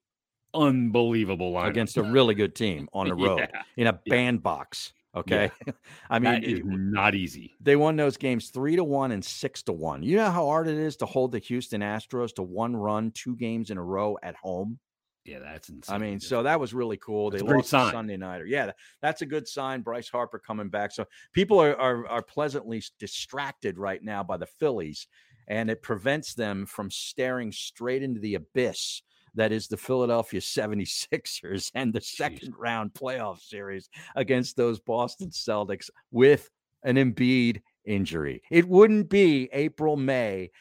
S1: unbelievable line
S2: against a really good team on the road in a bandbox. Okay. I mean,
S1: that is not easy.
S2: They won those games three to one and six to one. You know how hard it is to hold the Houston Astros to one run two games in a row at home.
S1: Yeah, that's insane.
S2: I mean, so that was really cool.
S1: That's
S2: they
S1: a great
S2: lost on
S1: sign.
S2: Sunday nighter. Yeah, that- that's a good sign. Bryce Harper coming back. So people are, are are pleasantly s- distracted right now by the Phillies, and it prevents them from staring straight into the abyss that is the Philadelphia 76ers and the second round playoff series against those Boston Celtics with an Embiid injury. It wouldn't be April, May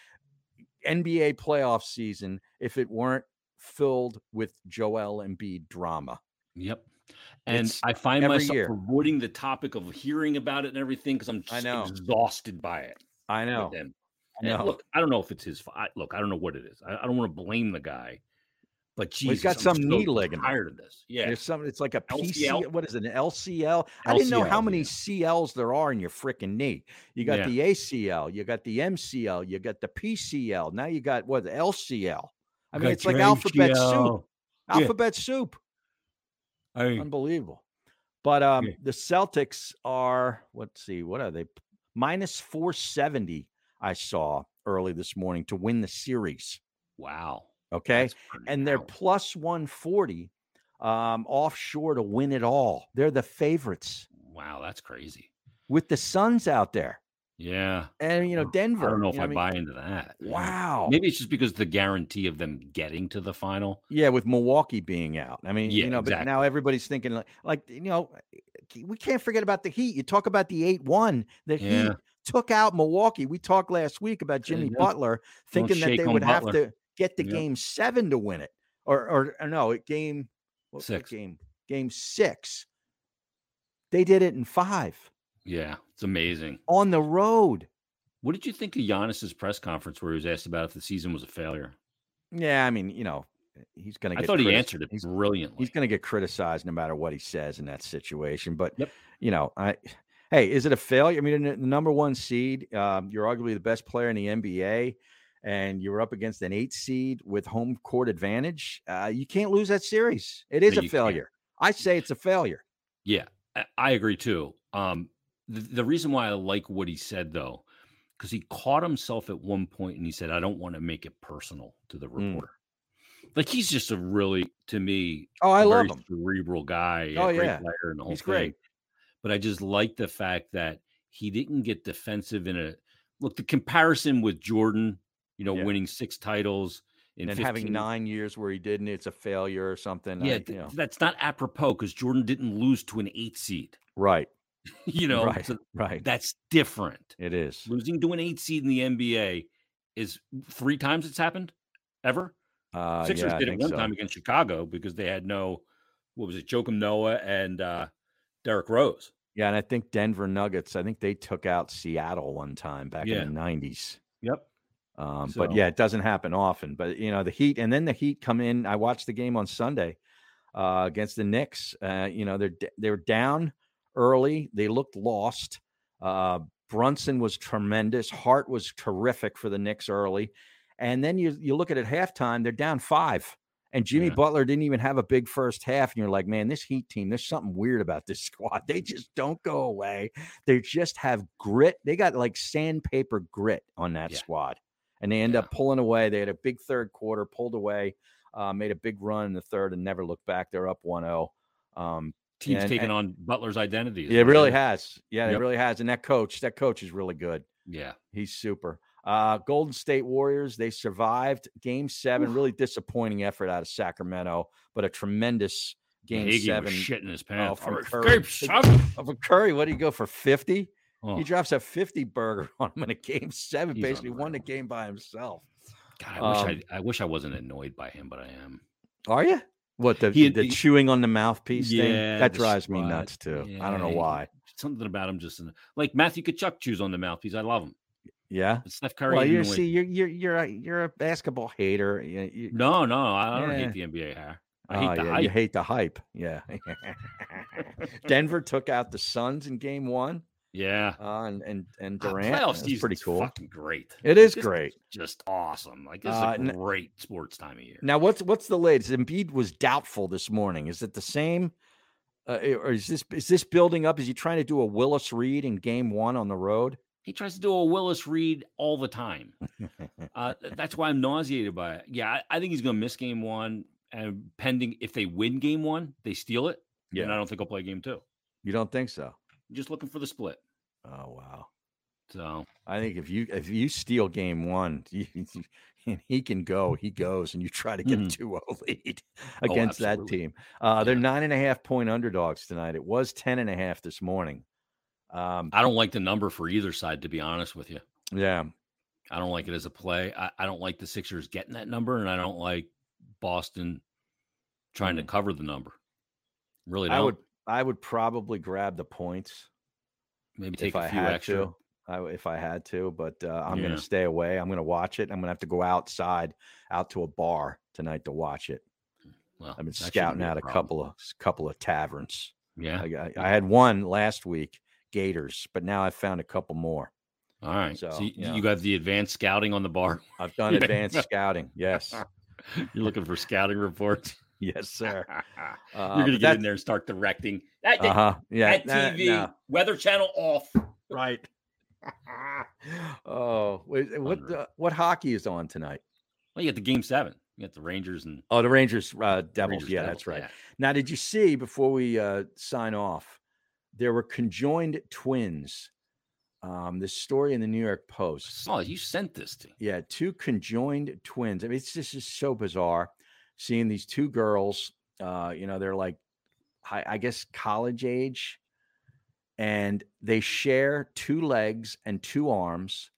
S2: NBA playoff season if it weren't filled with Joel Embiid drama.
S1: yep. And
S2: it's
S1: I find
S2: every
S1: myself
S2: year.
S1: avoiding the topic of hearing about it and everything because I'm
S2: I
S1: just
S2: know.
S1: exhausted by it.
S2: I
S1: with
S2: know.
S1: them.
S2: I
S1: And
S2: know.
S1: Look, I don't know if it's his fault. Look, I don't know what it is. I, I don't want to blame the guy, but Jesus,
S2: he's got
S1: I'm
S2: some
S1: so
S2: knee ligament.
S1: Tired of this. Yeah,
S2: There's something. It's like a PC.
S1: LCL?
S2: What is it? An LCL? I didn't know how
S1: LCL,
S2: many
S1: yeah.
S2: CLs there are in your freaking knee. You got
S1: Yeah.
S2: the ACL. You got the MCL. You got the PCL. Now you got what? The LCL. I mean,
S1: Got
S2: it's like
S1: your
S2: alphabet soup.
S1: HDL. Yeah.
S2: Alphabet soup.
S1: I
S2: Um,
S1: mean,
S2: Unbelievable. But um,
S1: Yeah.
S2: the Celtics are, let's see, what are they? Minus 470, I saw early this morning to win the series.
S1: wow.
S2: Okay.
S1: That's pretty
S2: and they're
S1: powerful.
S2: plus 140 um, offshore to win it all. They're the favorites
S1: wow, that's crazy.
S2: with the Suns out there.
S1: Yeah,
S2: And, you know, Denver.
S1: I don't know
S2: you
S1: if I,
S2: what mean?
S1: buy into that. Yeah.
S2: Wow.
S1: Maybe it's just because the guarantee of them getting to the final.
S2: Yeah, with Milwaukee being out. I mean,
S1: Yeah,
S2: you know, but now everybody's thinking like, like you know, eh, we can't forget about the Heat. You talk about the eight one that
S1: Yeah.
S2: Heat took out Milwaukee. We talked last week about
S1: There you
S2: Jimmy
S1: go.
S2: Butler thinking that
S1: shake
S2: they
S1: on
S2: would have
S1: Butler.
S2: to get the
S1: Yep.
S2: game seven to win it, or or, or no, it game what- what
S1: Six.
S2: game game six. They did it in five
S1: Yeah, it's amazing.
S2: on the road.
S1: What did you think of Giannis's press conference where he was asked about if the season was a failure?
S2: Yeah, I mean, you know, eh, he's going to.
S1: I thought he
S2: criticized.
S1: answered it
S2: He's
S1: brilliantly.
S2: he's going to get criticized no matter what he says in that situation. But
S1: Yep.
S2: you know, I hey, is it a failure? I mean, the number one seed, um, you're arguably the best player in the NBA, and you're up against an eight seed with home court advantage. Uh, you can't lose that series. It is
S1: No,
S2: a
S1: you can't.
S2: failure. I say it's a failure.
S1: Yeah, I, I agree too. Um, the, the reason why I like what he said though, because he caught himself at one point and he said, "I don't want to make it personal to the
S2: Mm.
S1: reporter." Like he's just a really, to me,
S2: Oh, I
S1: a
S2: love
S1: very
S2: him.
S1: cerebral guy. a
S2: Oh,
S1: great
S2: yeah.
S1: player and the whole
S2: He's
S1: thing.
S2: great.
S1: But I just like the fact that he didn't get defensive in a look. The comparison with Jordan, you know,
S2: Yeah.
S1: winning six titles in
S2: And having
S1: 15
S2: nine years where he didn't, it's a failure or something. I-
S1: Yeah,
S2: you
S1: th-
S2: know.
S1: that's not apropos because Jordan didn't lose to an eight seed.
S2: right,
S1: You know,
S2: Right.
S1: so
S2: right.
S1: that's different.
S2: It is.
S1: Losing to an eight seed in the NBA is three times it's happened ever.
S2: Uh,
S1: Sixers
S2: yeah, I
S1: did it
S2: think
S1: one
S2: so.
S1: time against Chicago because they had no, what was it, Joakim Noah and uh, Derek Rose.
S2: Yeah, and I think Denver Nuggets. I think they took out Seattle one time back
S1: Yeah.
S2: in the '90s.
S1: Yep.
S2: Um, But
S1: So-
S2: yeah, it doesn't happen often. But you know, the Heat, and then the Heat come in. I watched the game on Sunday uh, against the Knicks. Uh, you know, they're d- they're down early. They looked lost. Uh, Brunson was tremendous. Hart was terrific for the Knicks early, and then you you look at it at halftime. They're down five. And Jimmy
S1: Yeah.
S2: Butler didn't even have a big first half. And you're like, man, this Heat team, there's something weird about this squad. They just don't go away. They just have grit. They got like sandpaper grit on that
S1: Yeah.
S2: squad. And they end
S1: Yeah.
S2: up pulling away. They had a big third quarter, pulled away, uh, made a big run in the third, and never looked back. They're up 1 0. Um,
S1: Team's
S2: And-
S1: taking
S2: and-
S1: on Butler's identity. is
S2: it
S1: what
S2: really
S1: is.
S2: has. Yeah, it
S1: Yep.
S2: really has. And that coach, that coach is really good.
S1: Yeah.
S2: He's super. Uh, Golden State Warriors, they survived game seven. Really disappointing effort out of Sacramento, but a tremendous game
S1: Iggy
S2: seven.
S1: was shitting his pants.
S2: from
S1: Our
S2: Curry.
S1: escape shot.
S2: Over Curry, what did he go for? 50?
S1: Oh,
S2: He drops a 50 burger on him in a game seven,
S1: He's
S2: basically won the
S1: unreal.
S2: game by himself.
S1: God, I wish
S2: um,
S1: I, I wish I wasn't annoyed by him, but I am.
S2: Are you? What the,
S1: He-
S2: the
S1: he-
S2: chewing on the mouthpiece thing?
S1: Yeah,
S2: That
S1: the
S2: drives me
S1: strut.
S2: nuts too. I don't know
S1: Yeah, he-
S2: why.
S1: Something about him just like Matthew Kachuk chews on the mouthpiece. I love him.
S2: Yeah.
S1: But Steph Curry.
S2: Well, you
S1: annoys me.
S2: see, you're you're you're a, you're a basketball hater. You- you-
S1: No, no, I I don't
S2: Yeah.
S1: hate the NBA hair. I hate
S2: Oh,
S1: the
S2: yeah, You
S1: hype.
S2: hate the hype. Yeah. Denver took out the Suns in game one.
S1: Yeah.
S2: Uh, and, and, and
S1: Ah,
S2: Durant.
S1: playoff
S2: That's
S1: season's
S2: pretty cool.
S1: Fucking great.
S2: It is
S1: This
S2: great.
S1: Just awesome. Like this
S2: Uh,
S1: is
S2: n-
S1: a great sports time of year.
S2: Now, what's what's the latest? Embiid was doubtful this morning. Is it the same? Uh, i- or is this is this building up? Is he trying to do a Willis Reed in game one on the road?
S1: He tries to do a Willis Reed all the time. Uh, th- that's why I'm nauseated by it. Yeah, I, I think he's going to miss game one. And pending if they win game one, they steal it. Yeah. And I don't think he'll play game two.
S2: You don't think so?
S1: Just looking for the split.
S2: Oh wow.
S1: So
S2: I think if you if you steal game one, you, and he can go, he goes, and you try to get
S1: Mhm.
S2: a 2-0 lead against that
S1: Oh, absolutely.
S2: team. Uh, They're
S1: Yeah.
S2: nine and a half point underdogs tonight. It was ten and a half this morning. Um,
S1: I don't like the number for either side, to be honest with you.
S2: yeah,
S1: I don't like it as a play. I, I don't like the Sixers getting that number, and I don't like Boston trying to cover the number. Really,
S2: I
S1: don't.
S2: would I would probably grab the points.
S1: maybe take
S2: if I
S1: a few
S2: had
S1: extra.
S2: to. I w if I had to, but uh, I'm going
S1: Yeah.
S2: to stay away. I'm going to watch it. I'm going to have to go outside, out to a bar tonight to watch it.
S1: Well,
S2: I've been
S1: that shouldn't
S2: scouting
S1: be
S2: out a
S1: problem.
S2: couple of couple of taverns.
S1: Yeah.
S2: I, got- I had one last week, Gators, but now I've found a couple more.
S1: All right. So,
S2: So,
S1: you,
S2: yeah.
S1: you got the advanced scouting on the bar.
S2: I've done
S1: Yeah.
S2: advanced scouting. Yes,
S1: You're looking for scouting reports.
S2: yes, sir. Uh,
S1: You're gonna get in there and start directing. That,
S2: Uh huh. Yeah.
S1: that
S2: nah,
S1: TV,
S2: nah.
S1: Weather Channel off.
S2: Right. oh, wait, what?
S1: Unreal.
S2: Uh, what hockey is on tonight?
S1: Well, you got the game seven. You got the Rangers and
S2: Oh, the Rangers, uh, Devils.
S1: Rangers
S2: yeah,
S1: Devils.
S2: that's right.
S1: Yeah.
S2: Now, did you see before we uh, sign off? There were conjoined twins. Um, this story in the New York Post.
S1: Oh, you sent this to.
S2: Yeah, two conjoined twins. I mean, it's just, just so bizarre seeing these two girls. Uh, you know, they're like, I, I guess, college age, and they share two legs and two arms,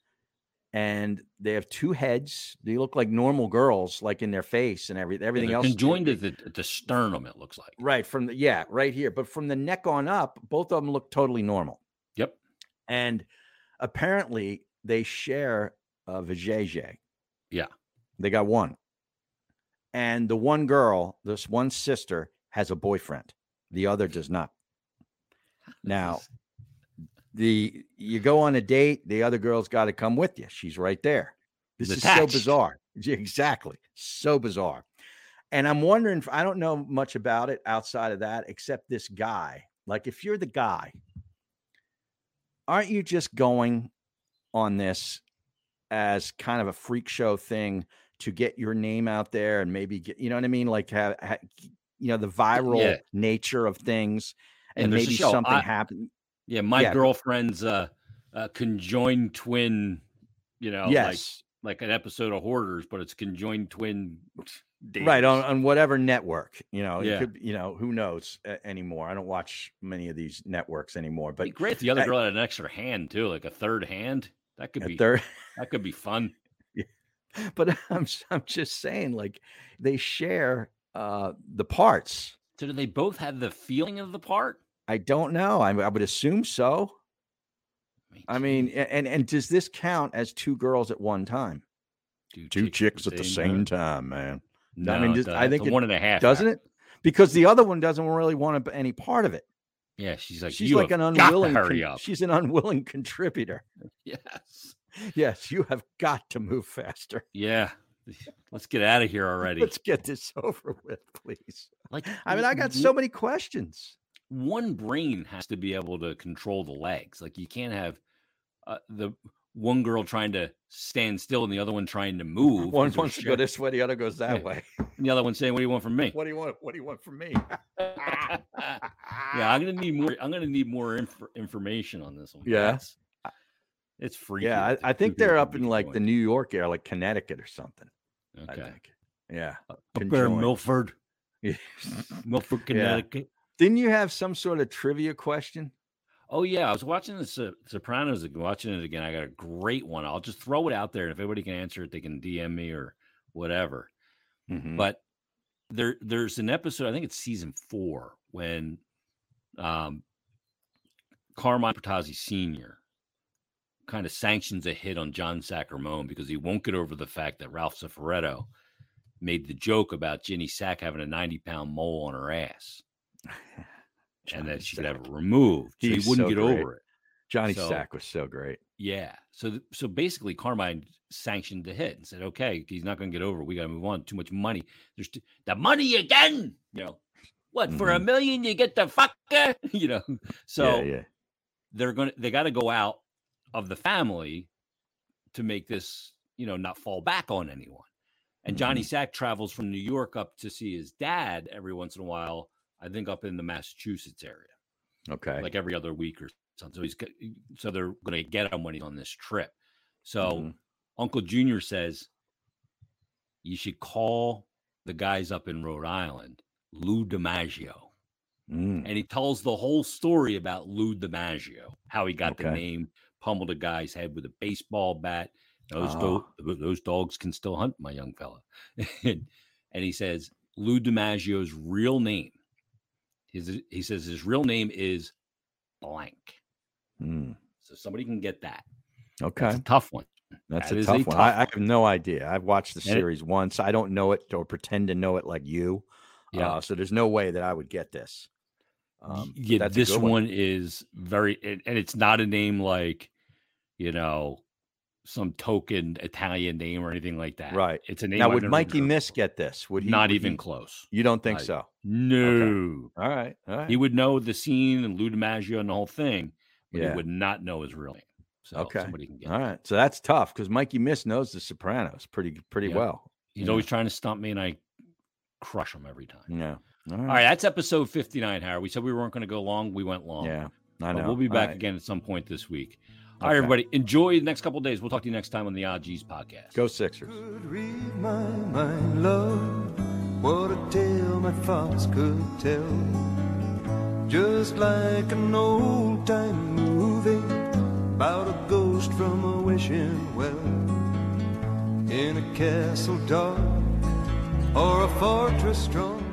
S2: and they have two heads. They look like normal girls, like in their face and every everything
S1: Everything
S2: else.
S1: conjoined at the, at the sternum. It looks like.
S2: Right from the yeah, right here. But from the neck on up, both of them look totally normal.
S1: Yep.
S2: And apparently they share a vajayjay.
S1: Yeah.
S2: They got one. And the one girl, this one sister, has a boyfriend. The other does not. Now, the you go on a date, the other girl's got to come with you. She's right there. This
S1: Attached.
S2: is so bizarre. Yeah, Exactly. So bizarre. And I'm wondering, if- I don't know much about it outside of that, except this guy. Like, if you're the guy, aren't you just going on this as kind of a freak show thing to get your name out there and maybe get, you know what I mean? Like, have, ha you know, the viral
S1: Yeah.
S2: nature of things
S1: And
S2: and,
S1: there's a
S2: maybe
S1: show.
S2: something
S1: I-
S2: happened.
S1: yeah, my
S2: yeah.
S1: girlfriend's uh, uh, conjoined twin. You know,
S2: yes.
S1: like like an episode of Hoarders, but it's conjoined twin. Days.
S2: right on, on whatever network you know
S1: Yeah.
S2: it could you know who knows uh, anymore i don't watch many of these networks anymore but
S1: But great. if The other
S2: that-
S1: girl had an extra hand too, like a third hand. That could
S2: a
S1: be
S2: third-
S1: that could be fun.
S2: but i'm s- i'm just saying like they share uh the parts
S1: So do they both have the feeling of the part?
S2: i don't know i, I would assume so i mean a- and and does this count as two girls at one time
S1: two,
S2: time man
S1: No,
S2: I mean, just- I
S1: I think
S2: think it-
S1: one and a half
S2: doesn't
S1: hour.
S2: it because the other one doesn't really want to, any part of it
S1: Yeah, she's like
S2: she's
S1: "You
S2: like
S1: have
S2: an
S1: got to
S2: unwilling con-
S1: hurry up.
S2: she's an unwilling contributor
S1: Yes,
S2: yes you have got to move faster
S1: yeah. Let's get out of here already.
S2: Let's get this over with, please.
S1: like,
S2: I mean, I got
S1: w-
S2: so many questions.
S1: one brain has to be able to control the legs. Like you can't have uh, the one girl trying to stand still and the other one trying to move. 'cause
S2: One
S1: they're
S2: wants to go
S1: sharing-
S2: this way, the other goes that
S1: Yeah.
S2: way.
S1: and the other one saying, "What do you want from me?"
S2: What do you want? What do you want from me?
S1: yeah, I'm gonna need more. I'm gonna need more inf- information on this one.
S2: Yeah.
S1: That's- it's free.
S2: Yeah, I, I think they're up in like the New York area, like Connecticut or something. I
S1: okay. Uh,
S2: think. Yeah.
S1: Up there in
S2: conjoined.
S1: Milford, Milford,
S2: Yeah.
S1: Connecticut.
S2: Didn't you have some sort of trivia question?
S1: Oh yeah, I was watching the Sop- Sopranos. ag- Watching it again, I got a great one. I'll just throw it out there, and if anybody can answer it, they can DM me or whatever.
S2: Mhm.
S1: But there, there's an episode. I think it's season four when um, Carmine Pertazzi Senior kind of sanctions a hit on John Sacramone because he won't get over the fact that Ralph Cifaretto made the joke about Ginny Sack having a 90 pound mole on her ass and that she could have it removed. So
S2: He's
S1: he wouldn't
S2: so
S1: get
S2: great.
S1: over it.
S2: Johnny
S1: So-
S2: Sack was so great.
S1: Yeah. So th- so basically, Carmine sanctioned the hit and said, "Okay, he's not going to get over. it. We got to move on. Too much money. There's t- the money again. You know what? For a million, you get the fucker. You know. So
S2: Mm-hmm. yeah, yeah.
S1: they're gonna they got to go out of the family to make this you know not fall back on anyone and
S2: Mm-hmm.
S1: johnny sack travels from new york up to see his dad every once in a while i think up in the massachusetts area
S2: Okay.
S1: like every other week or something so he's g- so they're gonna get him when he's on this trip so
S2: Mhm.
S1: uncle junior says you should call the guys up in rhode island lou dimaggio
S2: Mm.
S1: and he tells the whole story about Lou DiMaggio, how he got the
S2: Okay.
S1: name, pummeled a guy's head with a baseball bat. Those,
S2: Oh.
S1: do- those dogs can still hunt, my young fella. and he says Lou DiMaggio's real name. His, he says his real name is blank.
S2: Mm.
S1: So somebody can get that. That's
S2: Okay.
S1: a tough one.
S2: That's
S1: that
S2: a
S1: is a
S2: tough one.
S1: tough
S2: I, I have no idea. I've watched
S1: And
S2: the
S1: it-
S2: series once. I don't know it or pretend to know it like you.
S1: Yeah.
S2: Uh, so there's no way that I would get this.
S1: Y-
S2: Um,
S1: yeah,
S2: that's a
S1: this
S2: good
S1: one. is very, and, and it's not a name like, you know, some token Italian name or anything like that.
S2: Right.
S1: It's a name.
S2: Now,
S1: I've
S2: would
S1: never
S2: Mikey
S1: heard
S2: Miss
S1: before.
S2: get this? Would he?
S1: Not
S2: would
S1: even
S2: he-
S1: close.
S2: You don't think
S1: I-
S2: so?
S1: No,
S2: All right. All right.
S1: he would know the scene and Lou DiMaggio and the whole thing, but
S2: yeah.
S1: he would not know his real name. So
S2: Okay.
S1: somebody can get.
S2: All
S1: it.
S2: right. So that's tough because Mikey Miss knows The Sopranos pretty pretty
S1: Yeah.
S2: well.
S1: He's
S2: Yeah. Mm.
S1: always trying to stump me, and I crush him every time.
S2: Yeah.
S1: All right, that's episode fifty-nine. Howard, we said we weren't going to go long. We went long.
S2: Yeah. I know.
S1: But we'll be
S2: All
S1: back
S2: right.
S1: again at some point this week. All right,
S2: Okay.
S1: everybody. Enjoy the next couple of days. We'll talk to you next time on the OGs podcast.
S2: Go Sixers.
S3: could read my mind, love. What a tale my thoughts could tell. Just like an old time movie about a ghost from a wishing well. In a castle dark or a fortress strong.